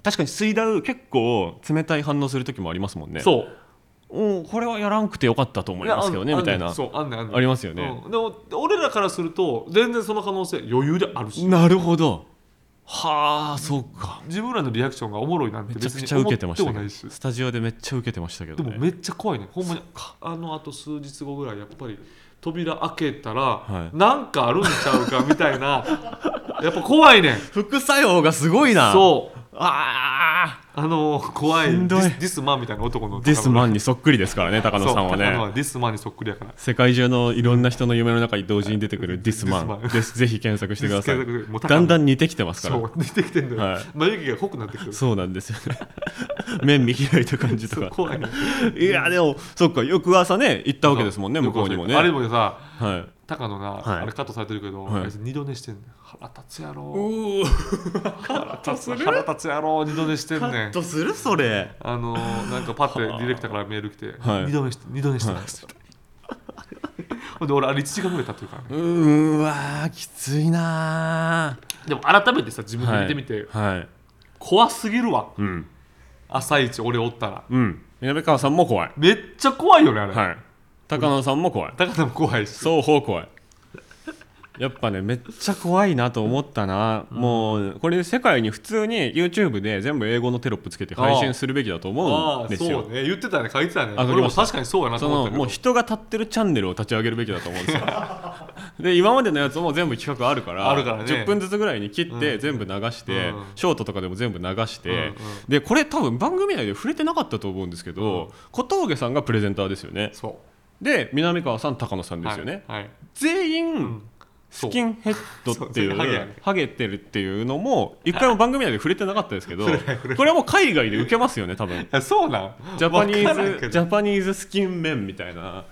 [SPEAKER 3] 確かに水ダウ結構冷たい反応する時もありますもんね
[SPEAKER 2] そう
[SPEAKER 3] うんこれはやらんくてよかったと思いますけどね
[SPEAKER 2] やあ
[SPEAKER 3] み
[SPEAKER 2] ん
[SPEAKER 3] たいな
[SPEAKER 2] あんねんそうあんねんあんねん
[SPEAKER 3] ありますよね
[SPEAKER 2] うんでも俺らからすると全然その可能性余裕であるし
[SPEAKER 3] なるほどはあそうか
[SPEAKER 2] 自分らのリアクションがおもろいなんて
[SPEAKER 3] めちゃ
[SPEAKER 2] 別
[SPEAKER 3] く
[SPEAKER 2] に
[SPEAKER 3] ちゃ受
[SPEAKER 2] 思っ
[SPEAKER 3] けて
[SPEAKER 2] て
[SPEAKER 3] ました
[SPEAKER 2] も
[SPEAKER 3] け
[SPEAKER 2] ない
[SPEAKER 3] ど
[SPEAKER 2] し
[SPEAKER 3] スタジオでめっちゃ受けてましたけ
[SPEAKER 2] で
[SPEAKER 3] ど
[SPEAKER 2] も
[SPEAKER 3] ね
[SPEAKER 2] めっちゃ怖いねほんまにあのあと数日後ぐらいやっぱり扉開けたら、
[SPEAKER 3] い
[SPEAKER 2] なんかあるんちゃうかみたいな (laughs) やっぱ怖いねん
[SPEAKER 3] 副作用がすごいなう
[SPEAKER 2] そう
[SPEAKER 3] ああ
[SPEAKER 2] あの怖い
[SPEAKER 3] しんどい
[SPEAKER 2] ディスディスマンみたいな男の
[SPEAKER 3] ディスマ
[SPEAKER 2] ン
[SPEAKER 3] ンにそっくりですからね高野さんは
[SPEAKER 2] そう高野
[SPEAKER 3] ね
[SPEAKER 2] ディスマンにそっくりやから
[SPEAKER 3] 世界中のいろんな人の夢の中に同時に出てくるディスマン
[SPEAKER 2] ディスマン
[SPEAKER 3] ですぜひ検索してください
[SPEAKER 2] 検索してもう高野
[SPEAKER 3] だんだん似てきてますから
[SPEAKER 2] そう出てきてんだよ、
[SPEAKER 3] はい
[SPEAKER 2] 眉毛が濃くなってくる
[SPEAKER 3] そうなんですよね (laughs) 面見開いた感じと
[SPEAKER 2] そう
[SPEAKER 3] か
[SPEAKER 2] 怖いね
[SPEAKER 3] いやでもそっか翌朝ね行ったわけですもんね向こうにもね
[SPEAKER 2] あれもさ
[SPEAKER 3] はい
[SPEAKER 2] 高野が、
[SPEAKER 3] はい
[SPEAKER 2] あれカットされてるけど、
[SPEAKER 3] はい
[SPEAKER 2] あいつ二度寝してんねん腹立つやろ
[SPEAKER 3] おお
[SPEAKER 2] 腹立つ腹立つやろ二度寝してん
[SPEAKER 3] カ
[SPEAKER 2] ね
[SPEAKER 3] ッ
[SPEAKER 2] ん
[SPEAKER 3] トするそれ
[SPEAKER 2] あのーなんかパッてディレクターからメール来て「
[SPEAKER 3] はい
[SPEAKER 2] 二度寝して二度寝してます」 (laughs) ほんで俺あれ1時間ぐらい経ってるからね
[SPEAKER 3] うーわーきついな
[SPEAKER 2] でも改めてさ自
[SPEAKER 3] ー
[SPEAKER 2] 分で見てみて、
[SPEAKER 3] はい、はい、
[SPEAKER 2] 怖すぎるわ
[SPEAKER 3] うん
[SPEAKER 2] 朝一俺おったら
[SPEAKER 3] うん南川さんも怖い
[SPEAKER 2] めっちゃ怖いよねあれ、
[SPEAKER 3] はい高野さんも怖い
[SPEAKER 2] 高野も怖いし
[SPEAKER 3] 双方怖いやっぱねめっちゃ怖いなと思ったな、もうこれ世界に普通に YouTube で全部英語のテロップつけて配信するべきだと思う
[SPEAKER 2] あ
[SPEAKER 3] ん
[SPEAKER 2] あ
[SPEAKER 3] です
[SPEAKER 2] そ
[SPEAKER 3] よ
[SPEAKER 2] うね言ってたね書いてたね
[SPEAKER 3] あ書きました
[SPEAKER 2] 俺も確かにそうやなと
[SPEAKER 3] そ
[SPEAKER 2] 思っ
[SPEAKER 3] の
[SPEAKER 2] たけ
[SPEAKER 3] も
[SPEAKER 2] ど
[SPEAKER 3] う人が立ってるチャンネルを立ち上げるべきだと思うんですよ
[SPEAKER 2] (laughs)
[SPEAKER 3] で今までのやつも全部企画あるから
[SPEAKER 2] あるからね
[SPEAKER 3] 10分ずつぐらいに切って
[SPEAKER 2] うん
[SPEAKER 3] 全部流して、
[SPEAKER 2] うん
[SPEAKER 3] ショートとかでも全部流して、
[SPEAKER 2] うんうん
[SPEAKER 3] でこれ多分番組内で触れてなかったと思うんですけど、小峠さんがプレゼンターですよね
[SPEAKER 2] そ
[SPEAKER 3] で南川さん高野さん
[SPEAKER 2] う
[SPEAKER 3] ですよね、
[SPEAKER 2] はいはい
[SPEAKER 3] 全員、
[SPEAKER 2] ん
[SPEAKER 3] スキンヘッドってい
[SPEAKER 2] そうそうハゲや
[SPEAKER 3] う
[SPEAKER 2] ね
[SPEAKER 3] ハゲてるっていうのも一回も番組内で触れてなかったですけどこれはもう海外で受けますよね多 (laughs) 分
[SPEAKER 2] えそうなん
[SPEAKER 3] ジャパニ
[SPEAKER 2] わからん
[SPEAKER 3] ー
[SPEAKER 2] け
[SPEAKER 3] ズ
[SPEAKER 2] ど
[SPEAKER 3] ジャパニーズスキンメンみたいな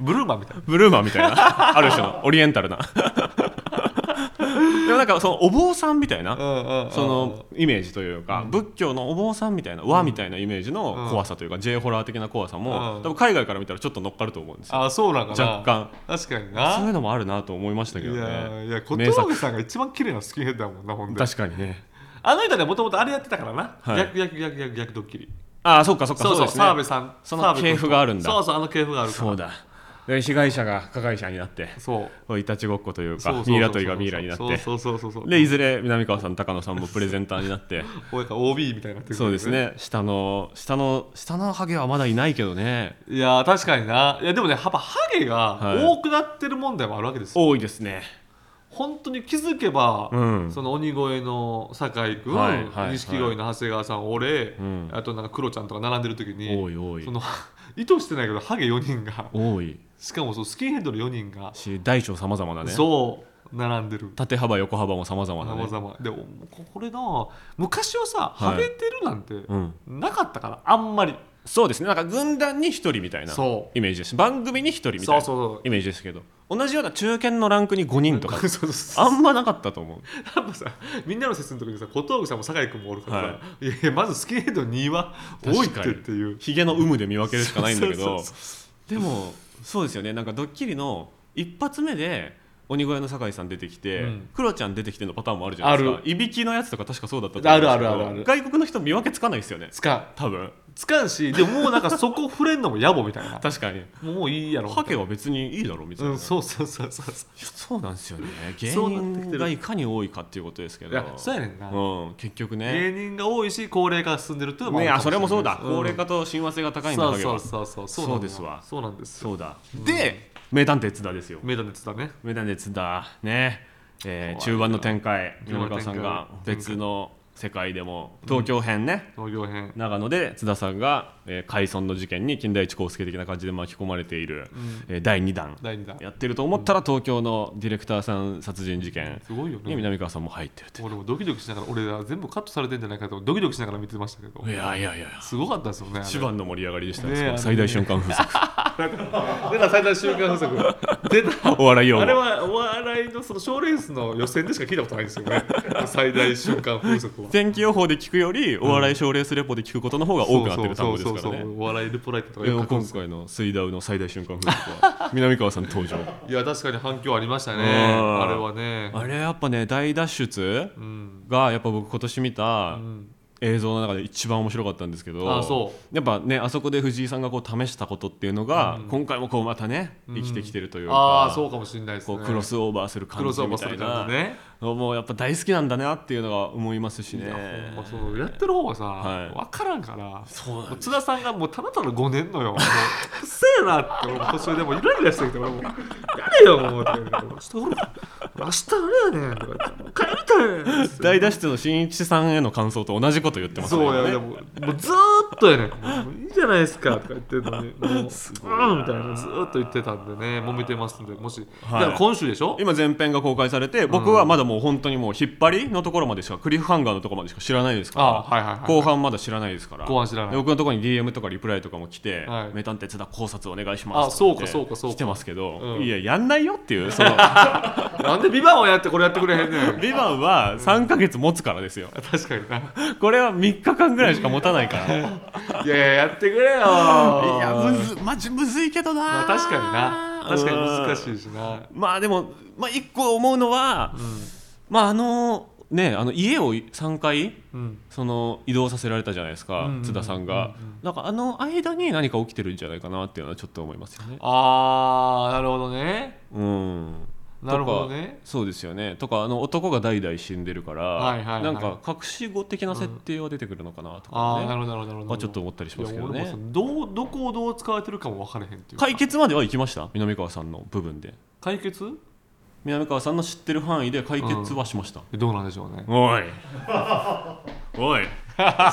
[SPEAKER 2] ブルーマンみたいな
[SPEAKER 3] ブルーマンみたい (laughs) なある種のオリエンタルな (laughs) でもなんかそのお坊さんみたいなそのイメージというか仏教のお坊さんみたいな和みたいなイメージの怖さというか J ホラー的な怖さ
[SPEAKER 2] う
[SPEAKER 3] も
[SPEAKER 2] ん
[SPEAKER 3] 多分海外から見たらちょっと乗っかると思うんですよ
[SPEAKER 2] あそうなんかな
[SPEAKER 3] 若干
[SPEAKER 2] 確かに
[SPEAKER 3] そう
[SPEAKER 2] な
[SPEAKER 3] いうのもあるなと思いました
[SPEAKER 2] い
[SPEAKER 3] けど
[SPEAKER 2] や
[SPEAKER 3] ね
[SPEAKER 2] いや小
[SPEAKER 3] 名作
[SPEAKER 2] 峠さんが一番綺麗なスキンヘッドだもんなほんで
[SPEAKER 3] 確かにね
[SPEAKER 2] あの人ねもともとあれやってたからな、
[SPEAKER 3] はい
[SPEAKER 2] 逆逆逆逆逆ドッキリ
[SPEAKER 3] ああそっかそっか
[SPEAKER 2] そうそう
[SPEAKER 3] ですね
[SPEAKER 2] 澤部さん
[SPEAKER 3] その
[SPEAKER 2] 澤部君
[SPEAKER 3] 系譜があるんだ
[SPEAKER 2] そうそうあの系譜があるから
[SPEAKER 3] そうだで被害者が加害者になって
[SPEAKER 2] そう
[SPEAKER 3] こういたちごっこという
[SPEAKER 2] そう
[SPEAKER 3] か
[SPEAKER 2] そうそう
[SPEAKER 3] ミイラといがミイラになって
[SPEAKER 2] そうそうそうそうそう
[SPEAKER 3] でいずれ南川さん高野さんもプレゼンターに
[SPEAKER 2] (laughs)
[SPEAKER 3] なって
[SPEAKER 2] 親から OB みたいになってくる
[SPEAKER 3] そうですね下の下の下のハゲはまだいないけどね
[SPEAKER 2] いやー確かにないやでもねやっぱハゲが
[SPEAKER 3] はい
[SPEAKER 2] 多くなってる問題もあるわけですよ、
[SPEAKER 3] 多いですね
[SPEAKER 2] 本当に気づけば、
[SPEAKER 3] うん
[SPEAKER 2] その鬼越の酒井君、
[SPEAKER 3] はいはい
[SPEAKER 2] 錦鯉の長谷川さん俺、
[SPEAKER 3] うん
[SPEAKER 2] あとなんかクロちゃんとか並んでる時に
[SPEAKER 3] 多い多い
[SPEAKER 2] その (laughs) 意図してないけどハゲ4人
[SPEAKER 3] (laughs)
[SPEAKER 2] が
[SPEAKER 3] 多い
[SPEAKER 2] しかもそうスキンヘッドの4人が、
[SPEAKER 3] し大小さまざまなね
[SPEAKER 2] そう並んでる
[SPEAKER 3] 縦幅横幅もさまざまな
[SPEAKER 2] 様
[SPEAKER 3] ね
[SPEAKER 2] 々でおこれな昔はさ
[SPEAKER 3] はい
[SPEAKER 2] ハゲてるなんて
[SPEAKER 3] うん
[SPEAKER 2] なかったからあんまり
[SPEAKER 3] そうですねなんか軍団に1人みたいな
[SPEAKER 2] そう
[SPEAKER 3] イメージです番組に1人みたい
[SPEAKER 2] そう
[SPEAKER 3] な
[SPEAKER 2] そう
[SPEAKER 3] イメージですけど同じような中堅のランクに5人とか
[SPEAKER 2] (laughs) そうそうそうそう
[SPEAKER 3] あんまなかったと思う
[SPEAKER 2] やっぱさみんなの説の時にさ小峠さんも酒井君もおるからさ、、
[SPEAKER 3] はい
[SPEAKER 2] やいやまずスキンヘッド2は多いっ
[SPEAKER 3] 確か
[SPEAKER 2] て
[SPEAKER 3] に
[SPEAKER 2] っていう
[SPEAKER 3] ヒゲの有無で見分けるしかないんだけ
[SPEAKER 2] そう
[SPEAKER 3] ど
[SPEAKER 2] そうそ
[SPEAKER 3] でもそうですよねなんかドッキリの一発目で鬼越の酒井さん出てきて、
[SPEAKER 2] うん
[SPEAKER 3] クロちゃん出てきてのパターンもあるじゃないです
[SPEAKER 2] あ
[SPEAKER 3] かいびきのやつとか確かそうだったと
[SPEAKER 2] あ
[SPEAKER 3] 思うんですけ
[SPEAKER 2] る
[SPEAKER 3] ど
[SPEAKER 2] あるあるある
[SPEAKER 3] 外国の人見分けつかないですよね
[SPEAKER 2] うつかん
[SPEAKER 3] 多分
[SPEAKER 2] つかんしでももうなんかそこ触れんのも野暮みたいな
[SPEAKER 3] (laughs) 確かに
[SPEAKER 2] もういいやろみた
[SPEAKER 3] ハ
[SPEAKER 2] いな
[SPEAKER 3] ケは別にいいだろみたいな、
[SPEAKER 2] うんそうそうそうそうそう
[SPEAKER 3] いやそうなんですよね芸
[SPEAKER 2] そうなってきて
[SPEAKER 3] 人
[SPEAKER 2] る
[SPEAKER 3] がいかに多いかっていうことですけど
[SPEAKER 2] いやそうやねんな、
[SPEAKER 3] うん、結局
[SPEAKER 2] 芸
[SPEAKER 3] ね
[SPEAKER 2] 人が多いし高齢化が進んでるっていうのも
[SPEAKER 3] ね
[SPEAKER 2] あ
[SPEAKER 3] あ
[SPEAKER 2] るか
[SPEAKER 3] そ
[SPEAKER 2] し
[SPEAKER 3] れ
[SPEAKER 2] ない
[SPEAKER 3] もそうだ、
[SPEAKER 2] ん
[SPEAKER 3] 高齢化と親和性が高いんだ
[SPEAKER 2] そう
[SPEAKER 3] ハゲ
[SPEAKER 2] そう
[SPEAKER 3] は
[SPEAKER 2] そうそうそうなんだよ
[SPEAKER 3] そうですわ
[SPEAKER 2] そうなんですよ
[SPEAKER 3] そうだで名探偵津田ですよ
[SPEAKER 2] 目立ってたね
[SPEAKER 3] メダネツだね、
[SPEAKER 2] 怖
[SPEAKER 3] えー
[SPEAKER 2] いな
[SPEAKER 3] 中盤の展開
[SPEAKER 2] 中盤の展
[SPEAKER 3] 山川さ
[SPEAKER 2] 開
[SPEAKER 3] んが別の世界でも東京編ね、
[SPEAKER 2] 農業編
[SPEAKER 3] 長野で津田さんが、えー、海村の事件に金田一耕助的な感じで巻き込まれている、えー第2弾
[SPEAKER 2] 第2弾
[SPEAKER 3] やってると思ったら東京のディレクターさん殺人事件
[SPEAKER 2] すごいよ
[SPEAKER 3] に
[SPEAKER 2] ね
[SPEAKER 3] 南川さんも入ってるとい
[SPEAKER 2] 俺もドキドキしながら俺ら全部カットされてんじゃないかとドキドキしながら見てましたけど
[SPEAKER 3] ういやいやいや
[SPEAKER 2] すごかったですよねあれ
[SPEAKER 3] 一番の盛り上がりでしたね
[SPEAKER 2] ね
[SPEAKER 3] そ
[SPEAKER 2] え
[SPEAKER 3] の最大瞬間風速
[SPEAKER 2] 出た最大瞬間
[SPEAKER 3] (laughs)
[SPEAKER 2] 風速出た
[SPEAKER 3] お笑い用語
[SPEAKER 2] あれはお笑いのその賞レースの予選でしか聞いたことないんですよね最大瞬間風速は
[SPEAKER 3] 天気予報で聞くよりお笑い賞レースレポで聞くことの方が多くなってる単語ですから
[SPEAKER 2] そうそうそう
[SPEAKER 3] ね
[SPEAKER 2] そうお笑いルポライトとか
[SPEAKER 3] いや
[SPEAKER 2] よく書くん
[SPEAKER 3] 今
[SPEAKER 2] ですよ
[SPEAKER 3] 回の「水ダウの最大瞬間風速は南川さん (laughs) 登場
[SPEAKER 2] いや確かに反響ありましたね
[SPEAKER 3] うん
[SPEAKER 2] あれはね
[SPEAKER 3] あれやっぱね大脱出
[SPEAKER 2] うん
[SPEAKER 3] がやっぱ僕今年見た
[SPEAKER 2] うん
[SPEAKER 3] 映像の中で一番面白かったんですけど
[SPEAKER 2] あそ
[SPEAKER 3] やっぱねあそこで藤井さんがこう試したことっていうのが、
[SPEAKER 2] うん
[SPEAKER 3] 今回もこうまたね
[SPEAKER 2] うん
[SPEAKER 3] 生きてきてるというか、
[SPEAKER 2] ああそうかもしれないですね
[SPEAKER 3] こうクロスオーバーする
[SPEAKER 2] ク
[SPEAKER 3] 感
[SPEAKER 2] ロス
[SPEAKER 3] じ
[SPEAKER 2] オーバ
[SPEAKER 3] み
[SPEAKER 2] ーす
[SPEAKER 3] た
[SPEAKER 2] る
[SPEAKER 3] い
[SPEAKER 2] 感
[SPEAKER 3] な
[SPEAKER 2] じね
[SPEAKER 3] もうやっぱ大好きなんだなっていうのが思いますし
[SPEAKER 2] い
[SPEAKER 3] ね
[SPEAKER 2] やほんまそうやってる方はさ、
[SPEAKER 3] はい
[SPEAKER 2] 分からんから
[SPEAKER 3] そうなん
[SPEAKER 2] もう
[SPEAKER 3] です
[SPEAKER 2] 津田さんがもうただただ5年のよもううっせえなって俺も途中でもうイライラしてきて俺も誰よもうってちょっと俺明日あれやねんとか言って帰りたいねんって
[SPEAKER 3] 大脱出の新一さんへの感想と同じこと言ってますね
[SPEAKER 2] そうや、で
[SPEAKER 3] 今ね
[SPEAKER 2] ももうずーっとやねんもういいじゃないですかとか言ってるの
[SPEAKER 3] (laughs)
[SPEAKER 2] にもう
[SPEAKER 3] すごいな
[SPEAKER 2] うんみたいなずーっと言ってたんでね揉めてますんでもし、
[SPEAKER 3] はい
[SPEAKER 2] だから今週でしょ
[SPEAKER 3] 今前編が公開されて僕はまだもう本当にもう引っ張りのところまでしかクリフハンガーのところまでしか知らないですから
[SPEAKER 2] あはいはいはい
[SPEAKER 3] 後半まだ知らないですから
[SPEAKER 2] 後半知らない
[SPEAKER 3] で僕のところに DM とかリプライとかも来て
[SPEAKER 2] はい
[SPEAKER 3] 「名探偵津田考察お願いします」
[SPEAKER 2] あそうか
[SPEAKER 3] って
[SPEAKER 2] そうかそうか
[SPEAKER 3] 来てますけど
[SPEAKER 2] うん
[SPEAKER 3] いややんないよってい
[SPEAKER 2] (laughs)
[SPEAKER 3] うその
[SPEAKER 2] なんでビバンをやってこれやってくれへんね
[SPEAKER 3] 「 (laughs)
[SPEAKER 2] ん
[SPEAKER 3] ビバンは3ヶ月持つからですよ
[SPEAKER 2] 確かにな
[SPEAKER 3] これは3日間ぐらいしか持たな
[SPEAKER 2] (laughs)
[SPEAKER 3] いからい
[SPEAKER 2] いやいややってくれよい
[SPEAKER 3] やむずマジむずいけどな、
[SPEAKER 2] まあ、確かにな確かに難し
[SPEAKER 3] い
[SPEAKER 2] いしな
[SPEAKER 3] まあでも、まあ、一個思うのは、まああのねあの家を3回
[SPEAKER 2] うん
[SPEAKER 3] その移動させられたじゃないですか、
[SPEAKER 2] うんうん
[SPEAKER 3] 津田さんが、なんかあの間に何か起きてるんじゃないかなっていうのはちょっと思いますよね。
[SPEAKER 2] あーなるほどね
[SPEAKER 3] うん
[SPEAKER 2] なるほどね
[SPEAKER 3] とかそうですよねとかあの男が代々死んでるから、
[SPEAKER 2] はいはいはい
[SPEAKER 3] なんか隠し語的な設定は出てくるのかな
[SPEAKER 2] あ
[SPEAKER 3] とか、
[SPEAKER 2] あ
[SPEAKER 3] ね
[SPEAKER 2] なるほどなるほどなるほど
[SPEAKER 3] まあちょっと思ったりしますけど
[SPEAKER 2] い
[SPEAKER 3] ね
[SPEAKER 2] や俺もさどうどこをどう使われてるかも分からへんっていうか
[SPEAKER 3] 解決までは行きました南川さんの部分で
[SPEAKER 2] 解決
[SPEAKER 3] 南川さんの知ってる範囲で解決はしました、
[SPEAKER 2] どうなんでしょうね
[SPEAKER 3] おい (laughs) おい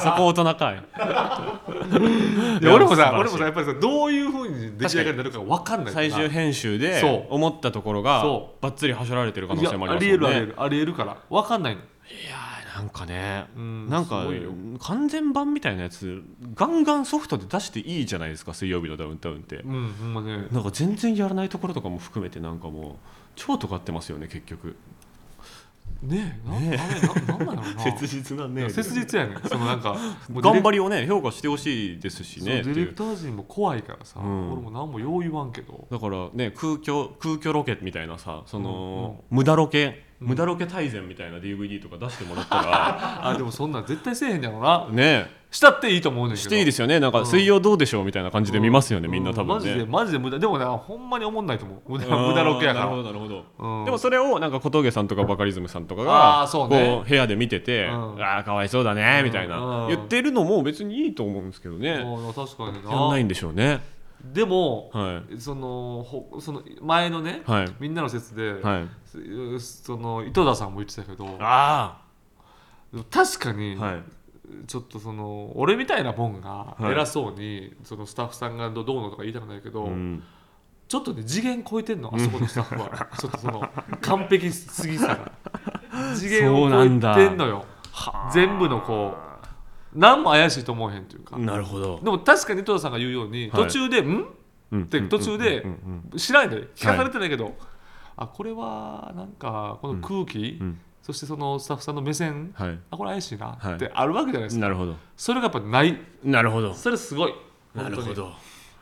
[SPEAKER 3] そこ大人
[SPEAKER 2] (laughs)
[SPEAKER 3] かい
[SPEAKER 2] いや俺も
[SPEAKER 3] 素晴ら
[SPEAKER 2] さ
[SPEAKER 3] しい
[SPEAKER 2] 俺もさやっぱりさどういうふうに出来上がりになるか分かんないから
[SPEAKER 3] 最終編集
[SPEAKER 2] そう
[SPEAKER 3] で思ったところが
[SPEAKER 2] そ
[SPEAKER 3] ばっつりはしょられてる可能性もあ
[SPEAKER 2] いやあり
[SPEAKER 3] り
[SPEAKER 2] え
[SPEAKER 3] ます
[SPEAKER 2] るあり
[SPEAKER 3] もんね
[SPEAKER 2] えるありえるから分かんないの
[SPEAKER 3] いやーなんかね、
[SPEAKER 2] うん
[SPEAKER 3] なんか
[SPEAKER 2] すごいよ
[SPEAKER 3] 完全版みたいなやつガンガンソフトで出していいじゃないですか水曜日のダウンタウンって
[SPEAKER 2] うんほんまね
[SPEAKER 3] なんか全然やらないところとかも含めてなんかもう超尖ってますよね結局
[SPEAKER 2] ねえなななんなんやろうな
[SPEAKER 3] 実ない
[SPEAKER 2] や
[SPEAKER 3] ね
[SPEAKER 2] 切実やねんそのなん
[SPEAKER 3] (laughs)
[SPEAKER 2] か
[SPEAKER 3] 頑張
[SPEAKER 2] り
[SPEAKER 3] りをね評価してほしいですし
[SPEAKER 2] デ
[SPEAKER 3] ねっ
[SPEAKER 2] ィ
[SPEAKER 3] てい
[SPEAKER 2] レ
[SPEAKER 3] う
[SPEAKER 2] クター陣も怖いからさ、
[SPEAKER 3] うん
[SPEAKER 2] 俺も何もよう言わんけど
[SPEAKER 3] だからね空虚空虚ロケみたいなさその、無駄ロケ無駄ロケ大全みたいな DVD とか出してもらったら、
[SPEAKER 2] あでもそんなん絶対せえへんやろな
[SPEAKER 3] ね
[SPEAKER 2] したっていいと思うねんけど
[SPEAKER 3] していいですすよねなんか水曜どうでしょうみたいな感じで見ますよね、みんな多
[SPEAKER 2] マ
[SPEAKER 3] 分
[SPEAKER 2] ジ
[SPEAKER 3] ね、
[SPEAKER 2] でマジで無駄でもなほんまに思んないと思う無駄
[SPEAKER 3] うん
[SPEAKER 2] 無駄ロケやか
[SPEAKER 3] なるほ
[SPEAKER 2] ら
[SPEAKER 3] どなるほど、
[SPEAKER 2] うん
[SPEAKER 3] でもそれをなんか小峠さんとかバカリズムさんとか
[SPEAKER 2] あー
[SPEAKER 3] が
[SPEAKER 2] そうね
[SPEAKER 3] こう部屋で見てて、
[SPEAKER 2] うん
[SPEAKER 3] ああかわいそうだねみたいな、
[SPEAKER 2] うん
[SPEAKER 3] 言ってるのも別にいいと思うんですけどね、
[SPEAKER 2] あ確かに
[SPEAKER 3] やんない
[SPEAKER 2] なん
[SPEAKER 3] でしょうね
[SPEAKER 2] でも、
[SPEAKER 3] は
[SPEAKER 2] そのほその前のね、
[SPEAKER 3] いはい
[SPEAKER 2] みんなの説で、
[SPEAKER 3] はい
[SPEAKER 2] すその井戸田さんも言ってたけど
[SPEAKER 3] あ
[SPEAKER 2] 確かに、
[SPEAKER 3] あはい
[SPEAKER 2] ちょっとその俺みたいなもんが
[SPEAKER 3] はい
[SPEAKER 2] 偉そうに、そのスタッフさんがどうのとか言いたくないけど、
[SPEAKER 3] うん
[SPEAKER 2] ちょっとね次元超えてんのあそこのスタッフは (laughs) ちょっとその完璧すぎ
[SPEAKER 3] (laughs)
[SPEAKER 2] さが次元を超えてんのよ全部のこう何も怪しいと思えへんというか、
[SPEAKER 3] なるほど
[SPEAKER 2] でも確かに戸田さんが言うように、
[SPEAKER 3] はい
[SPEAKER 2] 途中で「ん?」って途中で
[SPEAKER 3] うんうん
[SPEAKER 2] 知らないで聞かされてないけど、あこれはなんかこの空気、
[SPEAKER 3] うん
[SPEAKER 2] そしてそのスタッフさんの目線
[SPEAKER 3] うんはい
[SPEAKER 2] あこれ怪しいな
[SPEAKER 3] はい
[SPEAKER 2] ってあるわけじゃないですか、
[SPEAKER 3] なるほど
[SPEAKER 2] それがやっぱない
[SPEAKER 3] なるほど
[SPEAKER 2] それすごい
[SPEAKER 3] なるほど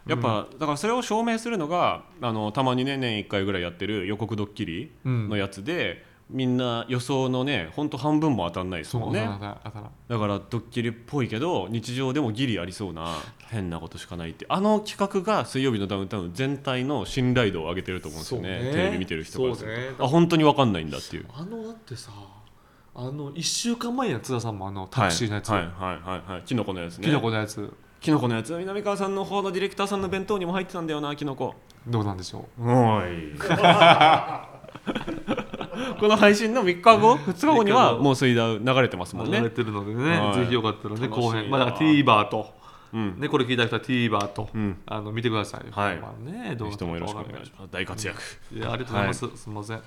[SPEAKER 3] やっぱだからそれを証明するのがあのたまにね年1回ぐらいやってる予告ドッキリ
[SPEAKER 2] うん
[SPEAKER 3] のやつで、みんな予想のねほんと半分も当たんないです
[SPEAKER 2] そ
[SPEAKER 3] も
[SPEAKER 2] うん
[SPEAKER 3] ね
[SPEAKER 2] ねだから
[SPEAKER 3] だからドッキリっぽいけど日常でもギリありそうな変なことしかないってあの企画が「水曜日のダウンタウン」全体の信頼度を上げてると思うんですよね
[SPEAKER 2] そうね
[SPEAKER 3] テレビ見てる人からす
[SPEAKER 2] そうね
[SPEAKER 3] ると、あ本当に分かんないんだっていう
[SPEAKER 2] あのだってさあの1週間前にや津田さんもあのタクシーのやつ、
[SPEAKER 3] はいはいはいはいキノコのやつね
[SPEAKER 2] きのこのやつ
[SPEAKER 3] キノコのやつ南川さんの方のディレクターさんの弁当にも入ってたんだよなキノコ
[SPEAKER 2] どうなんでしょ
[SPEAKER 3] おい (laughs) この配信の3日後2日後にはもう水ダウ流れてます
[SPEAKER 2] う
[SPEAKER 3] もん
[SPEAKER 2] 流れ
[SPEAKER 3] ね、
[SPEAKER 2] てるのでね、
[SPEAKER 3] はい
[SPEAKER 2] ぜひよかったらね
[SPEAKER 3] 楽しい
[SPEAKER 2] 後
[SPEAKER 3] な
[SPEAKER 2] 編まあだから TVer と、
[SPEAKER 3] うん
[SPEAKER 2] ね、これ聞いた人は TVer と、
[SPEAKER 3] うん、
[SPEAKER 2] あの見てくださいよ
[SPEAKER 3] はい
[SPEAKER 2] まあね、
[SPEAKER 3] ぜ
[SPEAKER 2] どう
[SPEAKER 3] ひともよろしくお願いします大活躍、
[SPEAKER 2] すいやありがとうございます、すみません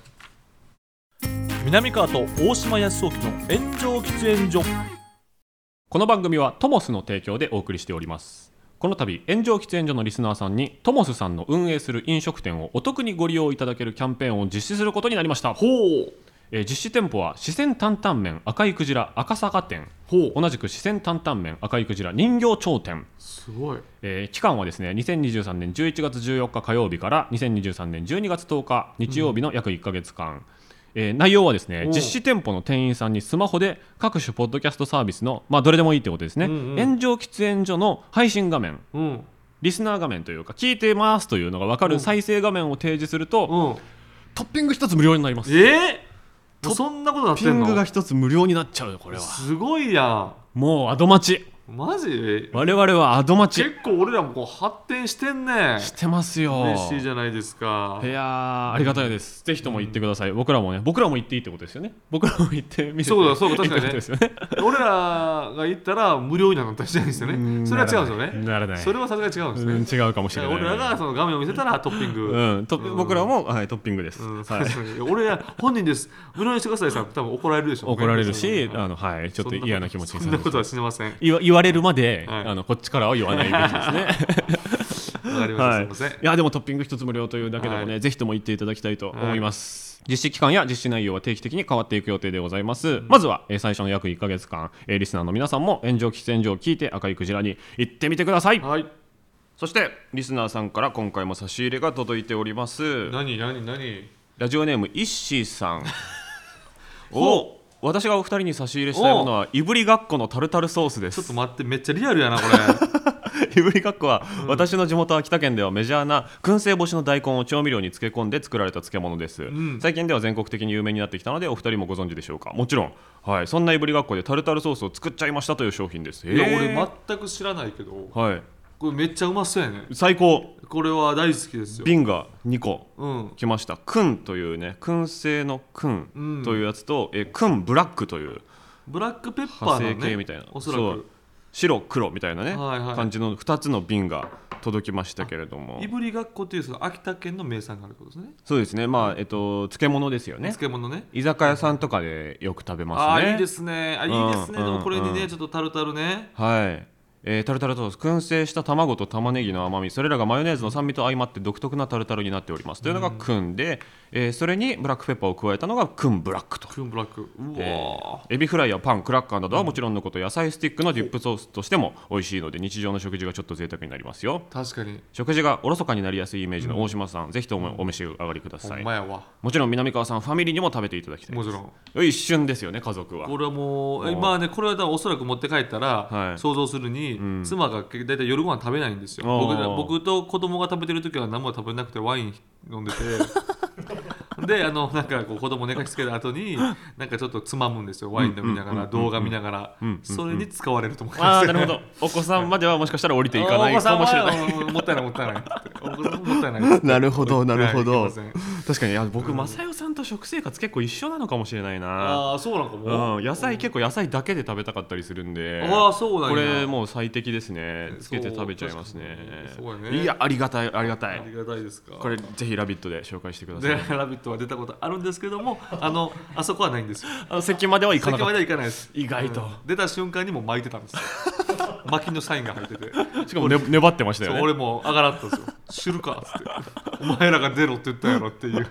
[SPEAKER 4] 南川と大島康雄の炎上喫煙所
[SPEAKER 3] この番組はトモスの提供でお送りしておりますこの度炎上喫煙所のリスナーさんにトモスさんの運営する飲食店をお得にご利用いただけるキャンペーンを実施することになりましたほう、えー実施店舗は四川担々麺赤いクジラ赤坂店
[SPEAKER 2] ほ
[SPEAKER 3] 同じく四川担々麺赤いクジラ人形町店
[SPEAKER 2] すごい
[SPEAKER 3] えー期間はですね2023年11月14日火曜日から2023年12月10日日曜日の約1か月間、えー内容はですね
[SPEAKER 2] おう
[SPEAKER 3] 実施店舗の店員さんにスマホで各種ポッドキャストサービスの、まあ、どれでもいいってことですね、
[SPEAKER 2] うんうん
[SPEAKER 3] 炎上喫煙所の配信画面
[SPEAKER 2] うん
[SPEAKER 3] リスナー画面というか聞いてますというのが分か
[SPEAKER 2] うん
[SPEAKER 3] る再生画面を提示する
[SPEAKER 2] う
[SPEAKER 3] と、
[SPEAKER 2] ん
[SPEAKER 3] トッピング一つ無料になります
[SPEAKER 2] えー、そんなことなって
[SPEAKER 3] トッピ
[SPEAKER 2] ん
[SPEAKER 3] ン
[SPEAKER 2] の
[SPEAKER 3] グが一つ無料になっちゃうよこれは
[SPEAKER 2] すごいや
[SPEAKER 3] もうアド待ち
[SPEAKER 2] んマジ
[SPEAKER 3] 我々はアド待ち
[SPEAKER 2] 結構俺らもこう発展してんね
[SPEAKER 3] してますよ
[SPEAKER 2] 嬉しいじゃないですか
[SPEAKER 3] いやーありがたいです、ぜひとも行ってください、僕らもね、僕らも行っていいってことですよね、僕らも行って見せて
[SPEAKER 2] そうだそうだ確かにね
[SPEAKER 3] いいってことですよね、
[SPEAKER 2] 俺らが行ったら無料になったりしないんですよねそれは違うんですよね
[SPEAKER 3] ならない、
[SPEAKER 2] それはさすがに違うんです
[SPEAKER 3] う
[SPEAKER 2] ね
[SPEAKER 3] ん、違うかもし
[SPEAKER 2] だ
[SPEAKER 3] れ
[SPEAKER 2] か
[SPEAKER 3] な
[SPEAKER 2] ら
[SPEAKER 3] い、
[SPEAKER 2] 俺らがその画面を見せたらトッピング、
[SPEAKER 3] うんと
[SPEAKER 2] うん
[SPEAKER 3] 僕らも、はい、トッピングです、
[SPEAKER 2] うん (laughs)
[SPEAKER 3] はい、
[SPEAKER 2] 俺ら本人です無料にしてくださいさ多分怒られるでしょうね
[SPEAKER 3] 怒られるし、
[SPEAKER 2] うん
[SPEAKER 3] あのはい、ちょっと
[SPEAKER 2] そんなこと
[SPEAKER 3] 嫌な気持ち
[SPEAKER 2] そ
[SPEAKER 3] にさ
[SPEAKER 2] ん
[SPEAKER 3] れ
[SPEAKER 2] な
[SPEAKER 3] る
[SPEAKER 2] ことはしませんわか
[SPEAKER 3] 言わ言われるまで、
[SPEAKER 2] はい
[SPEAKER 3] あのこっちからは言わないべきですね。
[SPEAKER 2] りました、
[SPEAKER 3] はい、い
[SPEAKER 2] すいません
[SPEAKER 3] やでもトッピング一つ無料というだけでもね、
[SPEAKER 2] は
[SPEAKER 3] ぜひとも行っていただきたいと思います、実施期間や実施内容は定期的に変わっていく予定でございます、まずは、えー最初の約1か月間、えーリスナーの皆さんも炎上喫煙所を聞いて赤いクジラに行ってみてください
[SPEAKER 2] はい
[SPEAKER 3] そしてリスナーさんから今回も差し入れが届いております
[SPEAKER 2] 何何何
[SPEAKER 3] ラジオネームイッシーさんお私がお二人に差し入れしたいものはいぶりがっこのタルタルソースです
[SPEAKER 2] ちょっと待ってめっちゃリアルやなこれ
[SPEAKER 3] いぶりがっこは、私の地元秋田県ではメジャーな燻製干しの大根を調味料に漬け込んで作られた漬物です、
[SPEAKER 2] ん
[SPEAKER 3] 最近では全国的に有名になってきたのでお二人もご存知でしょうかもちろん、はい、そんないぶりがっこでタルタルソースを作っちゃいましたという商品です (laughs)
[SPEAKER 2] いや
[SPEAKER 3] へー
[SPEAKER 2] 俺全く知らないけど
[SPEAKER 3] はい、
[SPEAKER 2] これめっちゃうまそうやね
[SPEAKER 3] 最高
[SPEAKER 2] これは大好きですよ
[SPEAKER 3] 瓶が2個
[SPEAKER 2] うん
[SPEAKER 3] 来ました燻というね燻製の
[SPEAKER 2] うん
[SPEAKER 3] 燻というやつと、えー燻ブラックという
[SPEAKER 2] ブラックペッパー
[SPEAKER 3] 派生
[SPEAKER 2] のね
[SPEAKER 3] 系みたいな、
[SPEAKER 2] おそら
[SPEAKER 3] そう
[SPEAKER 2] く
[SPEAKER 3] 白黒みたいなね、
[SPEAKER 2] はいはい
[SPEAKER 3] 感じの2つの瓶が届きましたけれども
[SPEAKER 2] いぶりがっこっていうその秋田県の名産があるってことですね
[SPEAKER 3] そうですねまあえっと漬物ですよね
[SPEAKER 2] 漬物ね
[SPEAKER 3] 居酒屋さんとかでよく食べ
[SPEAKER 2] あ
[SPEAKER 3] ます
[SPEAKER 2] あ
[SPEAKER 3] ね
[SPEAKER 2] いいですねあいいですね、
[SPEAKER 3] うん
[SPEAKER 2] でもこれにね、
[SPEAKER 3] うん
[SPEAKER 2] ちょっとタルタルね
[SPEAKER 3] はいえータルタルソース燻製した卵と玉ねぎの甘みそれらがマヨネーズの酸味と相まって独特なタルタルになっておりますというのが燻で、えーそれにブラックペッパーを加えたのが燻ブラックと
[SPEAKER 2] クンブラックうわー、
[SPEAKER 3] えーエビフライやパンクラッカーなどはもちろんのこと野菜スティックのディップソースとしても美味しいので日常の食事がちょっと贅沢になりますよ
[SPEAKER 2] 確かに
[SPEAKER 3] 食事がおろそかになりやすいイメージの大島さん、ぜひともお召し上がりくだ
[SPEAKER 2] ほ
[SPEAKER 3] さ
[SPEAKER 2] ん
[SPEAKER 3] い
[SPEAKER 2] まやわ
[SPEAKER 3] もちろん南川さんファミリーにも食べていただきたい
[SPEAKER 2] もちろん
[SPEAKER 3] 一瞬ですよね家族は
[SPEAKER 2] これはもう
[SPEAKER 3] うん
[SPEAKER 2] まあねこれは多分おそらく持って帰ったら、
[SPEAKER 3] はい
[SPEAKER 2] 想像するに、
[SPEAKER 3] ん
[SPEAKER 2] 妻が大体夜ご飯食べないんですよ
[SPEAKER 3] あ
[SPEAKER 2] 僕
[SPEAKER 3] ー
[SPEAKER 2] 僕と子供が食べてる時は何も食べなくてワイン飲ん
[SPEAKER 3] (laughs)
[SPEAKER 2] でてであのなんかこう子供寝かしつけた後になんかちょっとつまむんですよワイン飲みながら、動画見ながら、
[SPEAKER 3] ん
[SPEAKER 2] それに使われると思います、
[SPEAKER 3] ああなるほど (laughs) お子さんまではもしかしたら降りていか
[SPEAKER 2] お
[SPEAKER 3] ない
[SPEAKER 2] 子さ
[SPEAKER 3] か
[SPEAKER 2] んは
[SPEAKER 3] もしれない
[SPEAKER 2] うんもったいないもったいないってお子さんもったいないです
[SPEAKER 3] (laughs) なるほどなるほど
[SPEAKER 2] はいいけません
[SPEAKER 3] 確かにいや僕マサヨさんと食生活結構一緒なのかもしれないな
[SPEAKER 2] ああそうなんかも、
[SPEAKER 3] うん野菜結構野菜だけで食べたかったりするんで
[SPEAKER 2] ああそうなん
[SPEAKER 3] こ
[SPEAKER 2] や
[SPEAKER 3] れもう最適ですね
[SPEAKER 2] そう
[SPEAKER 3] つけて食べちゃいますね
[SPEAKER 2] 確かにそうやね
[SPEAKER 3] いやありがたいありがたい
[SPEAKER 2] ありがたいですか
[SPEAKER 3] これぜひ「ラビット!」で紹介してくださ
[SPEAKER 2] で
[SPEAKER 3] い
[SPEAKER 2] (laughs) 「ラビット!」は出たことあるんですけど
[SPEAKER 3] (laughs)
[SPEAKER 2] もあのあそこはないんですよ
[SPEAKER 3] あの席まではいかな
[SPEAKER 2] 先
[SPEAKER 3] か
[SPEAKER 2] ま
[SPEAKER 3] っ
[SPEAKER 2] ではいかないです
[SPEAKER 3] 意外と
[SPEAKER 2] うん出た瞬間にもう巻いてた
[SPEAKER 3] (laughs)
[SPEAKER 2] んですよ巻きのサインが入ってて
[SPEAKER 3] たしかもね粘ってました
[SPEAKER 2] そう
[SPEAKER 3] よね
[SPEAKER 2] 俺もう上がらったんですよ知るかっつってお前らが出ろって言ったやろっていう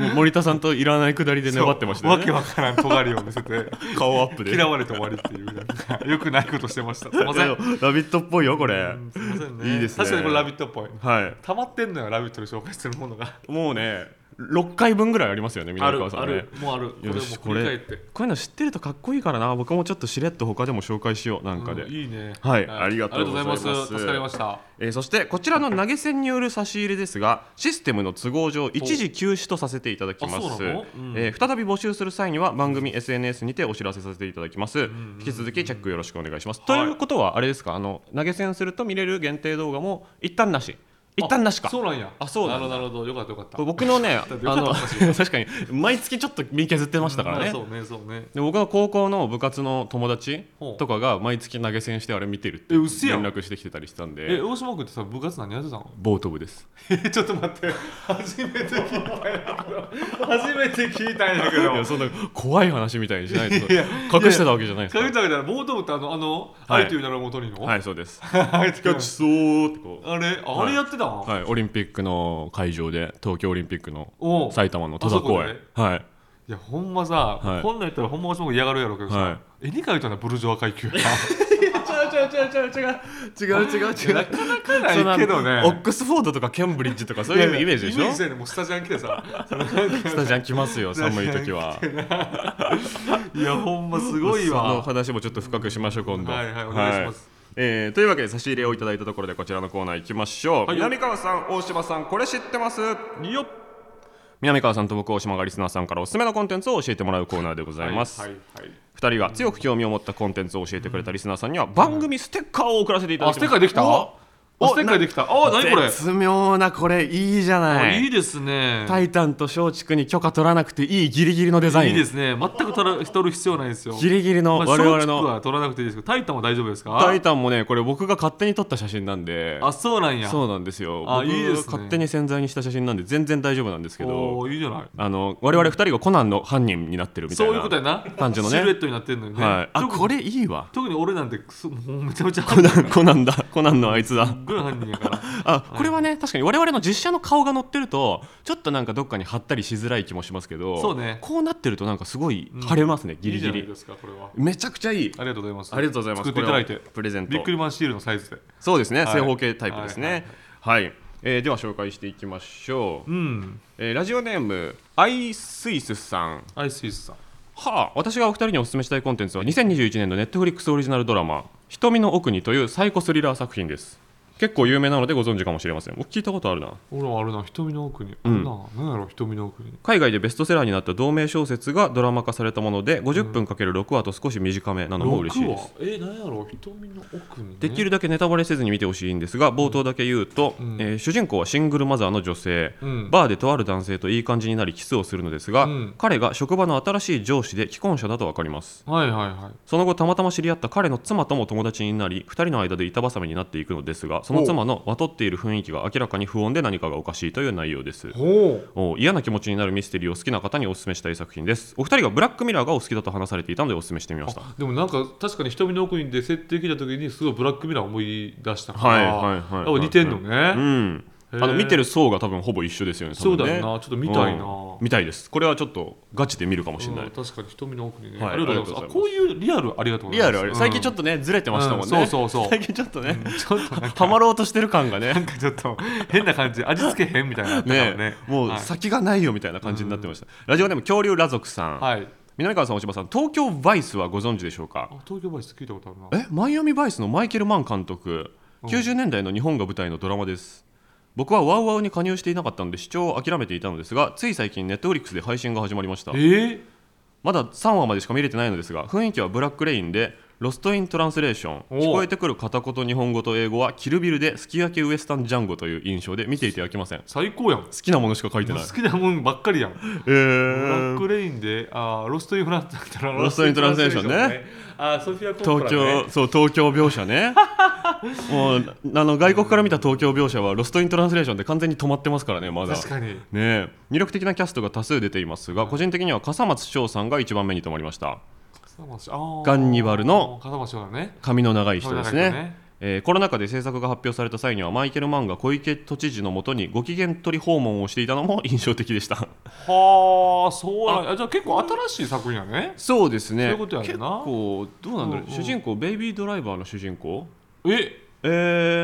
[SPEAKER 3] もう森田さんといらないくだりで (laughs) 粘ってましたよ
[SPEAKER 2] そう
[SPEAKER 3] ね
[SPEAKER 2] わけわからん尖りを見せて
[SPEAKER 3] 顔アップ
[SPEAKER 2] (laughs)
[SPEAKER 3] で
[SPEAKER 2] 嫌われて終わりっていうなんかよくないことしてましたすいま
[SPEAKER 3] い
[SPEAKER 2] せ
[SPEAKER 3] や
[SPEAKER 2] ん
[SPEAKER 3] でもラビットっぽいよこれ
[SPEAKER 2] うんすいませんね
[SPEAKER 3] いいですね
[SPEAKER 2] 確かにこれ「ラビット!」っぽい
[SPEAKER 3] はい
[SPEAKER 2] 溜まってんのよ「ラビット!」で紹介してるものが
[SPEAKER 3] もうね6回分ぐらいありますよね南川さんね
[SPEAKER 2] もうあるこれも
[SPEAKER 3] よ
[SPEAKER 2] う
[SPEAKER 3] し
[SPEAKER 2] 振り返って
[SPEAKER 3] こういうの知ってるとかっこいいからな僕もちょっとしれっと他でも紹介しようなんかで、
[SPEAKER 2] うんいいね
[SPEAKER 3] はいありがとうございます
[SPEAKER 2] ありがとう助かりました
[SPEAKER 3] えーそしてこちらの投げ銭による差し入れですがシステムの都合上一時休止とさせていただきま
[SPEAKER 2] あ
[SPEAKER 3] す
[SPEAKER 2] そうなのうん
[SPEAKER 3] えー再び募集する際には番組 SNS にてお知らせさせていただきます、引き続きチェックよろしくお願いします、ということはあれですかあの投げ銭すると見れる限定動画も一旦なし一旦なしか
[SPEAKER 2] そうなんや
[SPEAKER 3] あそう
[SPEAKER 2] な
[SPEAKER 3] なん
[SPEAKER 2] る
[SPEAKER 3] だ
[SPEAKER 2] ほどなるほどよかったよかった
[SPEAKER 3] これ僕の
[SPEAKER 2] (laughs)
[SPEAKER 3] ね
[SPEAKER 2] だってよ
[SPEAKER 3] あ
[SPEAKER 2] かった
[SPEAKER 3] の確かに毎月ちょっと身削ってましたからね、
[SPEAKER 2] うんそうねそうね
[SPEAKER 3] で僕の高校の部活の友達
[SPEAKER 2] ほう
[SPEAKER 3] とかが毎月投げ銭してあれ見てるって
[SPEAKER 2] え
[SPEAKER 3] 連
[SPEAKER 2] 嘘やん
[SPEAKER 3] 絡してきてたりしたん
[SPEAKER 2] え
[SPEAKER 3] で
[SPEAKER 2] 大島君ってさ部活何やってたの (laughs)
[SPEAKER 3] ボート部です
[SPEAKER 2] えちょっと待って初めて聞いたんやけど初めて聞いたんやけ
[SPEAKER 3] いや
[SPEAKER 2] ど
[SPEAKER 3] そんな怖い話みたいにしないと
[SPEAKER 2] いや
[SPEAKER 3] 隠してたわけじゃないです
[SPEAKER 2] かけ
[SPEAKER 3] か
[SPEAKER 2] たわけだからボート部ってあのあの
[SPEAKER 3] はい
[SPEAKER 2] 愛という名のもとにの
[SPEAKER 3] はいいそう
[SPEAKER 2] (laughs)
[SPEAKER 3] です
[SPEAKER 2] 愛と
[SPEAKER 3] キ
[SPEAKER 2] いう名
[SPEAKER 3] ャッ
[SPEAKER 2] の
[SPEAKER 3] チそうーってこ
[SPEAKER 2] あれあ
[SPEAKER 3] は
[SPEAKER 2] れ
[SPEAKER 3] い
[SPEAKER 2] やってた
[SPEAKER 3] う、
[SPEAKER 2] の
[SPEAKER 3] はい、オリンピックの会場で東京オリンピックの
[SPEAKER 2] おう
[SPEAKER 3] 埼玉の戸田公園
[SPEAKER 2] あそ
[SPEAKER 3] はい
[SPEAKER 2] いやほんまさ、
[SPEAKER 3] はい
[SPEAKER 2] こんなんやったらほんま大島君嫌がるやろうけどさ、
[SPEAKER 3] は
[SPEAKER 2] 絵に描いたのはブルジョワ階級やな
[SPEAKER 3] 違う違う違う違う違う違う
[SPEAKER 2] ない
[SPEAKER 3] (laughs) そんな
[SPEAKER 2] けどね
[SPEAKER 3] オックスフォードとかケンブリッジとかそういうイメージでし
[SPEAKER 2] イ
[SPEAKER 3] ょ
[SPEAKER 2] メージやねもうスタジャン来てさ
[SPEAKER 3] スタジャン来ますよ寒い時はい
[SPEAKER 2] やほんますごい
[SPEAKER 3] その
[SPEAKER 2] わ
[SPEAKER 3] 話もちょっと深くしましょう今度
[SPEAKER 2] はいはいお願いします
[SPEAKER 3] えーというわけで差し入れをいただいたところでこちらのコーナー行きましょう、
[SPEAKER 2] はい
[SPEAKER 3] 南川さん大島さんこれ知ってます
[SPEAKER 2] よっ
[SPEAKER 3] 南川さんと僕大島がリスナーさんからおすすめのコンテンツを教えてもらうコーナーでございます、
[SPEAKER 2] はいはいはい
[SPEAKER 3] 2人が強く興味を持ったコンテンツを教えてくれたリスナーさんには番組ステッカーを送らせていただ
[SPEAKER 2] あ
[SPEAKER 3] き
[SPEAKER 2] ス
[SPEAKER 3] ま
[SPEAKER 2] テッカーでき
[SPEAKER 3] す
[SPEAKER 2] たあ
[SPEAKER 3] お
[SPEAKER 2] ステッカーできたあ何これ
[SPEAKER 3] 絶妙なこれいいじゃ
[SPEAKER 2] あ
[SPEAKER 3] ない
[SPEAKER 2] いいですね
[SPEAKER 3] タイタンと松竹に許可取らなくていいギリギリのデザイン
[SPEAKER 2] いいですね全くたら取る必要ないですよ
[SPEAKER 3] ギリギリの
[SPEAKER 2] まあ
[SPEAKER 3] 我々
[SPEAKER 2] 松竹
[SPEAKER 3] の
[SPEAKER 2] は取らなくていいですけどタイタンは大丈夫ですか
[SPEAKER 3] タイタンもねこれ僕が勝手に撮った写真なんで
[SPEAKER 2] あそうなんや
[SPEAKER 3] そうなんですよ
[SPEAKER 2] あ
[SPEAKER 3] 僕
[SPEAKER 2] いいですね
[SPEAKER 3] 勝手に潜在にした写真なんで全然大丈夫なんですけど
[SPEAKER 2] おーいいじゃない
[SPEAKER 3] あの我々2人がコナンの犯人になってるみたい
[SPEAKER 2] そ
[SPEAKER 3] な
[SPEAKER 2] ういうことやな
[SPEAKER 3] 感じのね
[SPEAKER 2] シルエットになってんのよね、
[SPEAKER 3] はい、あ
[SPEAKER 2] 特に
[SPEAKER 3] これいいわ
[SPEAKER 2] 特に俺なんてくそもうめちゃめちゃ
[SPEAKER 3] コナンコナンだコナンのあいつだ
[SPEAKER 2] グー犯人やから
[SPEAKER 3] あこれはね確かに我々の実写の顔が載ってるとちょっとなんかどっかに貼ったりしづらい気もしますけど
[SPEAKER 2] そうね
[SPEAKER 3] こうなってるとなんかすごい貼れますね、ギ
[SPEAKER 2] い
[SPEAKER 3] リギ
[SPEAKER 2] いじゃない
[SPEAKER 3] リ
[SPEAKER 2] ですかこれは
[SPEAKER 3] めちゃくちゃいい
[SPEAKER 2] ありがとうございます
[SPEAKER 3] ありがとうございます
[SPEAKER 2] 作っていただいて
[SPEAKER 3] これをプレゼント
[SPEAKER 2] ビックリマンシールのサイズで
[SPEAKER 3] そうですね、
[SPEAKER 2] はい
[SPEAKER 3] 正方形タイプですねはい、えーでは紹介していきましょう、
[SPEAKER 2] うん
[SPEAKER 3] えーラジオネームアイスイスさん
[SPEAKER 2] アイスイースさん
[SPEAKER 3] はあ私がお二人にお勧めしたいコンテンツは2021年のネットフリックスオリジナルドラマ「瞳の奥に」というサイコスリラー作品です結構有名なのでご存知かもしれません僕聞いたことあるな
[SPEAKER 2] 俺はあるな瞳の奥に、
[SPEAKER 3] うん
[SPEAKER 2] ななんやろ瞳の奥に
[SPEAKER 3] 海外でベストセラーになった同名小説がドラマ化されたもので50分かける6話と少し短めなのも嬉しいです
[SPEAKER 2] 六はえなんやろ瞳の奥に、ね、
[SPEAKER 3] できるだけネタバレせずに見てほしいんですが冒頭だけ言うと、
[SPEAKER 2] うん
[SPEAKER 3] えー主人公はシングルマザーの女性、
[SPEAKER 2] うん
[SPEAKER 3] バーでとある男性といい感じになりキスをするのですが、
[SPEAKER 2] うん
[SPEAKER 3] 彼が職場の新しい上司で既婚者だと分かります
[SPEAKER 2] はいはいはい
[SPEAKER 3] その後たまたま知り合った彼の妻とも友達になり2人の間で板挟みになっていくのですがその妻のまとっている雰囲気が明らかに不穏で何かがおかしいという内容です
[SPEAKER 2] ほう
[SPEAKER 3] お嫌な気持ちになるミステリーを好きな方にお勧めしたい作品ですお二人がブラックミラーがお好きだと話されていたのでお勧めしてみました
[SPEAKER 2] でもなんか確かに瞳の奥にで設定聞いた時にすごいブラックミラー思い出したから
[SPEAKER 3] はいはいはいはい
[SPEAKER 2] やっぱ似てんのね、
[SPEAKER 3] うんあ
[SPEAKER 2] へー
[SPEAKER 3] の見てる層が多分ほぼ一緒ですよね多
[SPEAKER 2] そう
[SPEAKER 3] 分
[SPEAKER 2] だ
[SPEAKER 3] ね
[SPEAKER 2] よなちょっと見たいな、
[SPEAKER 3] うん見たいですこれはちょっとガチで見るかもしれな
[SPEAKER 2] うん
[SPEAKER 3] い
[SPEAKER 2] 確かに瞳の奥にね、
[SPEAKER 3] はい
[SPEAKER 2] ありがとうございますあこういうリアルありがとうご
[SPEAKER 3] リ
[SPEAKER 2] ざ
[SPEAKER 3] ア
[SPEAKER 2] いま
[SPEAKER 3] ル
[SPEAKER 2] す
[SPEAKER 3] あれ最近ちょっ
[SPEAKER 2] と、
[SPEAKER 3] とねずれてましたもんね
[SPEAKER 2] うんそうそうそう
[SPEAKER 3] 最近ちょっとね
[SPEAKER 2] ちょっとなん
[SPEAKER 3] ハマろうとしてる感がね
[SPEAKER 2] かちょっと変な感じ味付けへんみたいなのあったからね
[SPEAKER 3] (laughs) ねもう
[SPEAKER 2] はい
[SPEAKER 3] 先がないよみたいな感じになってましたラジオネーム恐竜羅族さん
[SPEAKER 2] はい
[SPEAKER 3] 南川さん大島さん東京バイスはご存知でしょうか
[SPEAKER 2] あ東京バイス聞いたことあるな
[SPEAKER 3] えマイアミバイスのマイケル・マン監督
[SPEAKER 2] うん
[SPEAKER 3] 90年代の日本が舞台のドラマです僕はワウワウに加入していなかったので視聴を諦めていたのですがつい最近ネットフリックスで配信が始まりました
[SPEAKER 2] え
[SPEAKER 3] まだ3話までしか見れてないのですが雰囲気はブラックレインでロストイントランスレーション
[SPEAKER 2] おう
[SPEAKER 3] 聞こえてくる片言日本語と英語はキルビルですき焼きウエスタンジャンゴという印象で見ていて飽きません好
[SPEAKER 2] 最高やん
[SPEAKER 3] きなものしか書いてない
[SPEAKER 2] 好きなもんばっかりやん、
[SPEAKER 3] え
[SPEAKER 2] ブラッ
[SPEAKER 3] ー
[SPEAKER 2] クレインであーロストインフランスだったら
[SPEAKER 3] ロストイントランスレーションね
[SPEAKER 2] ロストイントランスレーションあーソフィア・コン
[SPEAKER 3] 東
[SPEAKER 2] プラ、ね、
[SPEAKER 3] 京そう東京描写 (laughs) ねもうあの外国から見た東京描写はロストイントランスレーションで完全に止まってますからねまだ
[SPEAKER 2] 確かに
[SPEAKER 3] ねえ魅力的なキャストが多数出ていますが個人的には笠松翔さんが一番目に留まりました
[SPEAKER 2] 笠松あー
[SPEAKER 3] ガンニバルの
[SPEAKER 2] 笠松だね
[SPEAKER 3] 髪の長い人ですね
[SPEAKER 2] そうだね
[SPEAKER 3] えーコロナ禍で政策が発表された際にはマイケル・マンが小池都知事のもとにご機嫌取り訪問をしていたのも印象的でした
[SPEAKER 2] はあそうなんやあじゃあ結構新しい作品やね
[SPEAKER 3] そうですね
[SPEAKER 2] そういうことやんな
[SPEAKER 3] 結構どうなんだろう、
[SPEAKER 2] うんうん
[SPEAKER 3] 主人公ベイビードライバーの主人公
[SPEAKER 2] え
[SPEAKER 3] え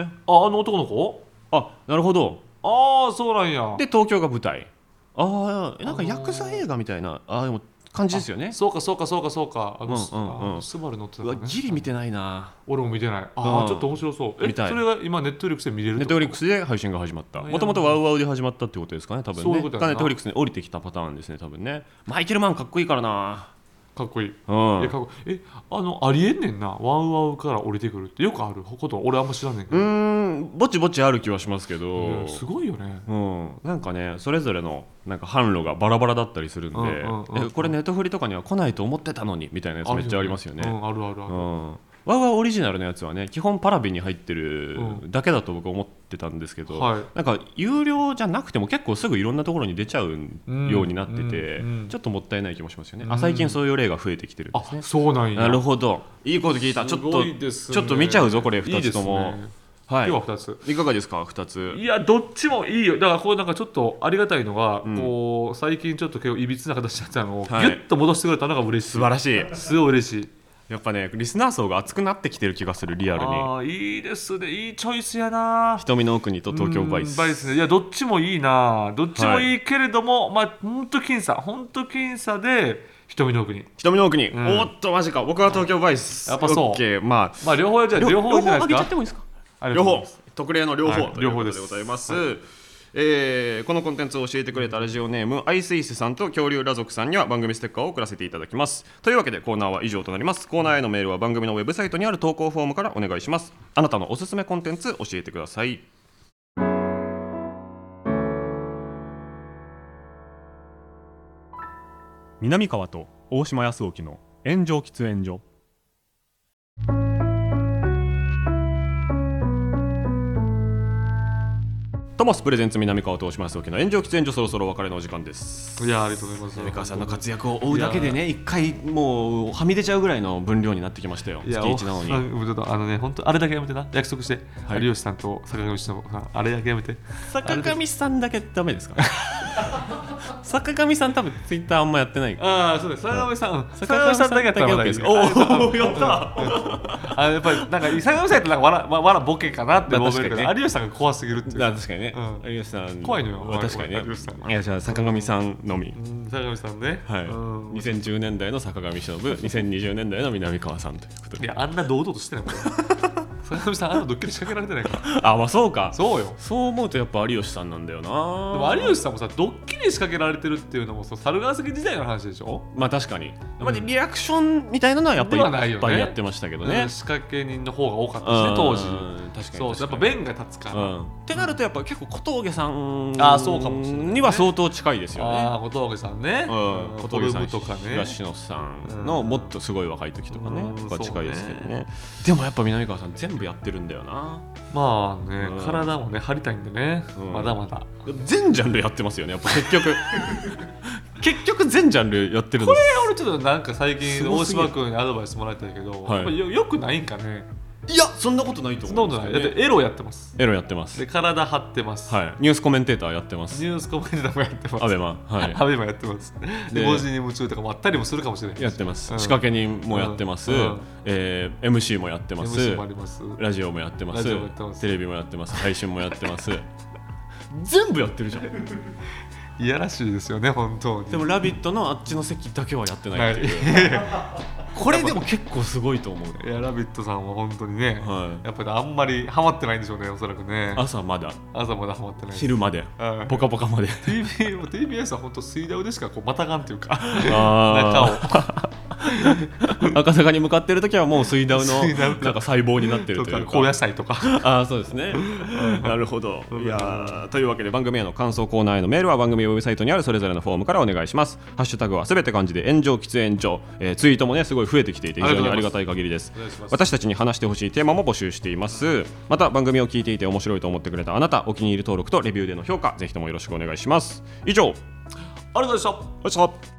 [SPEAKER 3] ー、
[SPEAKER 2] ああの男の子
[SPEAKER 3] あなるほど
[SPEAKER 2] ああそうなんや
[SPEAKER 3] で東京が舞台ああなんかヤクザ映画みたいなあーでも感じですよね
[SPEAKER 2] そうかそうかそうかそうかあの、
[SPEAKER 3] うんうん
[SPEAKER 2] す
[SPEAKER 3] うん
[SPEAKER 2] あのスバル乗ってた
[SPEAKER 3] う
[SPEAKER 2] か
[SPEAKER 3] わ
[SPEAKER 2] らね
[SPEAKER 3] ギリ見てないな
[SPEAKER 2] 俺も見てないああ、
[SPEAKER 3] うん
[SPEAKER 2] ちょっと面白そうえ
[SPEAKER 3] 見たい
[SPEAKER 2] それが今ネットフリックスで見れる
[SPEAKER 3] ネットフリックスで配信が始まった
[SPEAKER 2] あ
[SPEAKER 3] もともとワウワウで始まったってことですかね多分
[SPEAKER 2] そうい
[SPEAKER 3] ね
[SPEAKER 2] うことや
[SPEAKER 3] が
[SPEAKER 2] な
[SPEAKER 3] ネットフリックスに降りてきたパターンですね多分ねマイケル・マンかっこいいからな
[SPEAKER 2] かっこいい、
[SPEAKER 3] うん
[SPEAKER 2] いやかっこいいえあのありえんねんなワウワウから降りてくるってよくあることは俺あんま知らんねんけ
[SPEAKER 3] う
[SPEAKER 2] ど、
[SPEAKER 3] ーんぼちぼちある気はしますけど、
[SPEAKER 2] うんすごいよね
[SPEAKER 3] うん、なんかねそれぞれのなんか販路がバラバラだったりするんで、
[SPEAKER 2] うんうんうんうん
[SPEAKER 3] えこれネットフリとかには来ないと思ってたのにみたいなやつめっちゃありますよね、
[SPEAKER 2] うん、あるあるあ
[SPEAKER 3] う
[SPEAKER 2] る、
[SPEAKER 3] んワウワウオリジナルのやつはね基本パラビに入って
[SPEAKER 2] う
[SPEAKER 3] るだけだと僕思ってたんですけど、
[SPEAKER 2] はい
[SPEAKER 3] なんか有料じゃなくても結構すぐいろんなところに出ちゃうようになってて、
[SPEAKER 2] うんうん
[SPEAKER 3] ちょっともったいない気もしますよね、
[SPEAKER 2] う
[SPEAKER 3] あ
[SPEAKER 2] ん
[SPEAKER 3] 最近そういう例が増えてきてるんですね
[SPEAKER 2] あそうなんや
[SPEAKER 3] なるほどいいこと聞いたちょっとちょっと見ちゃうぞこれ2つと
[SPEAKER 2] す
[SPEAKER 3] も、
[SPEAKER 2] ごいですね
[SPEAKER 3] はい
[SPEAKER 2] 今日は2つ
[SPEAKER 3] いかがですか2つ
[SPEAKER 2] いやどっちもいいよだからこれなんかちょっとありがたいのが、
[SPEAKER 3] うん
[SPEAKER 2] こう最近ちょっと結構いびつな形だったのを、
[SPEAKER 3] はい
[SPEAKER 2] ギュッと戻してくれたのが嬉しい
[SPEAKER 3] 素晴らしい
[SPEAKER 2] すごい嬉しい
[SPEAKER 3] やっぱねリスナー層が熱くなってきてる気がするリアルに
[SPEAKER 2] ああいいですねいいチョイスやな
[SPEAKER 3] 瞳の奥にと東京バイス
[SPEAKER 2] うんバイスねいやどっちもいいなどっちもいいけれども、まあ本当僅差本当僅差で瞳の奥に
[SPEAKER 3] 瞳の奥に、
[SPEAKER 2] ん
[SPEAKER 3] おっとマジか僕は東京バイス
[SPEAKER 2] やっぱそう
[SPEAKER 3] オッケーまあ
[SPEAKER 2] まあ両方じゃ両方じゃないですか
[SPEAKER 3] もいいですか
[SPEAKER 2] ありが
[SPEAKER 3] 両
[SPEAKER 2] とうござい
[SPEAKER 3] 方
[SPEAKER 2] ます
[SPEAKER 3] 特例の両方、
[SPEAKER 2] はい
[SPEAKER 3] ということ
[SPEAKER 2] 両方で
[SPEAKER 3] ですございます、えーこのコンテンツを教えてくれたラジオネームアイスイスさんと恐竜ラ族さんには番組ステッカーを送らせていただきますというわけでコーナーは以上となりますコーナーへのメールは番組のウェブサイトにある投稿フォームからお願いしますあなたのおすすめコンテンツ教えてください南川と大島康沖の炎上喫煙所トマスプレゼンツ南川と大島康沖の炎上喫煙所そろそろお別れのお時間です
[SPEAKER 2] いやありがとうございます
[SPEAKER 3] 三川さんの活躍を追うだけでね、一回もうはみ出ちゃうぐらいの分量になってきましたよ、
[SPEAKER 2] いや
[SPEAKER 3] 月一なのに。
[SPEAKER 2] おちょっとあのね本当あれだけやめてな約束して、
[SPEAKER 3] はい
[SPEAKER 2] 有吉さんと坂上さんあれだけやめて
[SPEAKER 3] 坂上さんだけダメですか坂上さん、多分ツイッターあんまやってないから。
[SPEAKER 2] ああそうです坂上さん
[SPEAKER 3] 坂上さんだけやったらまだいい
[SPEAKER 2] お
[SPEAKER 3] おーやった
[SPEAKER 2] あやっぱりなんか坂上さんってなんかわらわわらボケかなって思うけ
[SPEAKER 3] まあ確
[SPEAKER 2] ど、
[SPEAKER 3] かにね
[SPEAKER 2] 有吉さんが怖すぎるっていう
[SPEAKER 3] (laughs) あ確かにね、
[SPEAKER 2] うん
[SPEAKER 3] 有吉さん、
[SPEAKER 2] 怖いのよ
[SPEAKER 3] まあ確かにね
[SPEAKER 2] 有吉さん、
[SPEAKER 3] いやじゃあ坂上さんのみ、
[SPEAKER 2] うん坂上さんね、
[SPEAKER 3] はい
[SPEAKER 2] うん
[SPEAKER 3] 2010年代の坂上忍、2020年代の南川さんということ
[SPEAKER 2] い
[SPEAKER 3] で、
[SPEAKER 2] やあんな堂々としてない (laughs) もん坂上さんあんなドッキリ仕掛けられてないから
[SPEAKER 3] あ、まあそうか、そう
[SPEAKER 2] そうよ
[SPEAKER 3] 思うとやっぱ有吉さんなんだよ
[SPEAKER 2] でも
[SPEAKER 3] な、
[SPEAKER 2] 有吉さんもさドッキリ仕掛けられてるっていうのもさ猿川関時代の話でしょ
[SPEAKER 3] まあ確かに、まあ、
[SPEAKER 2] うん
[SPEAKER 3] リアクションみたいなのはやっぱ
[SPEAKER 2] ではない
[SPEAKER 3] り
[SPEAKER 2] よね
[SPEAKER 3] いっぱいやってましたけどね
[SPEAKER 2] うん。仕掛け人の方が多かった
[SPEAKER 3] う
[SPEAKER 2] で
[SPEAKER 3] ん
[SPEAKER 2] すね
[SPEAKER 3] うん
[SPEAKER 2] 当時
[SPEAKER 3] 確かに
[SPEAKER 2] そう
[SPEAKER 3] 確か
[SPEAKER 2] やっ
[SPEAKER 3] に
[SPEAKER 2] ぱ弁が立つから、
[SPEAKER 3] うんってなるとやっぱ結構小峠さん
[SPEAKER 2] あーそうかもしれないね
[SPEAKER 3] には相当近いですよ
[SPEAKER 2] ああ
[SPEAKER 3] ね。
[SPEAKER 2] 小峠さんね、
[SPEAKER 3] うん小
[SPEAKER 2] 小
[SPEAKER 3] 峠
[SPEAKER 2] 峠
[SPEAKER 3] さ
[SPEAKER 2] と
[SPEAKER 3] ん
[SPEAKER 2] かね
[SPEAKER 3] 東野さんのもっとすごい若い時とかね、
[SPEAKER 2] うん
[SPEAKER 3] とか近いですけど
[SPEAKER 2] そう
[SPEAKER 3] ねでもやっぱ南川さん全部やってるんだよな
[SPEAKER 2] まあね、
[SPEAKER 3] うん
[SPEAKER 2] 体もね張りたいんでね、
[SPEAKER 3] うん
[SPEAKER 2] まだまだ
[SPEAKER 3] 全ジャンルやってますよねやっぱ結 (laughs) 局結局全ジャンルやってるんです
[SPEAKER 2] 俺ちょっとなんか最
[SPEAKER 3] す
[SPEAKER 2] 近
[SPEAKER 3] ご
[SPEAKER 2] 大
[SPEAKER 3] すぎる
[SPEAKER 2] 島君にアドバイスもらいたいけど、
[SPEAKER 3] はい
[SPEAKER 2] やっぱよよくないんかね
[SPEAKER 3] いやそんなことないと
[SPEAKER 2] そんな
[SPEAKER 3] 思う
[SPEAKER 2] こ
[SPEAKER 3] んです
[SPEAKER 2] とないだ
[SPEAKER 3] けどね
[SPEAKER 2] ってエロやってます
[SPEAKER 3] エロやってます
[SPEAKER 2] で体張ってます、
[SPEAKER 3] はいニュースコメンテーターやってます
[SPEAKER 2] ニュースコメントもやってます
[SPEAKER 3] アベマはい
[SPEAKER 2] アベマやってます
[SPEAKER 3] で
[SPEAKER 2] で5時に夢中とかもあったりもするかもしれない
[SPEAKER 3] やってます、
[SPEAKER 2] うん
[SPEAKER 3] 仕掛け人もやってます、
[SPEAKER 2] うん
[SPEAKER 3] えー MC もやってます
[SPEAKER 2] MC もあります
[SPEAKER 3] ラジオもやってま
[SPEAKER 2] ラ
[SPEAKER 3] す
[SPEAKER 2] ジオもやってます
[SPEAKER 3] テレビもやっ
[SPEAKER 2] (laughs)
[SPEAKER 3] てます配信もやってます全部やってるじゃん
[SPEAKER 2] いやらしいですよね本当に
[SPEAKER 3] でも「ラビット!」のあっちの席だけはやって
[SPEAKER 2] (laughs)
[SPEAKER 3] な
[SPEAKER 2] はい
[SPEAKER 3] っていう、これでも結構すごいと思う
[SPEAKER 2] い、いやラビットさんは本当にね、
[SPEAKER 3] はい
[SPEAKER 2] やっぱりあんまりハマってないんでしょうねおそらくね
[SPEAKER 3] 朝まだ
[SPEAKER 2] 朝まだハマってない
[SPEAKER 3] 昼まで
[SPEAKER 2] はい
[SPEAKER 3] ポカポカまで (laughs)
[SPEAKER 2] TBS もう TBS は本当水道でしかこうまたがんっていうか中
[SPEAKER 3] あ
[SPEAKER 2] を
[SPEAKER 3] ー赤坂に向かってる時はもう水ダウの
[SPEAKER 2] 水ダ
[SPEAKER 3] な
[SPEAKER 2] ウ
[SPEAKER 3] ん
[SPEAKER 2] か
[SPEAKER 3] か細胞になってる
[SPEAKER 2] と
[SPEAKER 3] という
[SPEAKER 2] か
[SPEAKER 3] か
[SPEAKER 2] 高野菜とか
[SPEAKER 3] (laughs) ああそうですね。なるほど。いやーというわけで番組への感想コーナーへのメールは番組ウェブサイトにあるそれぞれのフォームからお願いします。ハッシュタグはすべて漢字で炎上喫煙所、えーツイートもねすごい増えてきていて非常にありがたい限りです
[SPEAKER 2] お願いしま。す
[SPEAKER 3] 私たちに話してほしいテーマも募集しています。また番組を聞いていて面白いと思ってくれたあなたお気に入り登録とレビューでの評価ぜひともよろしくお願いします。以上。ありがとうございました。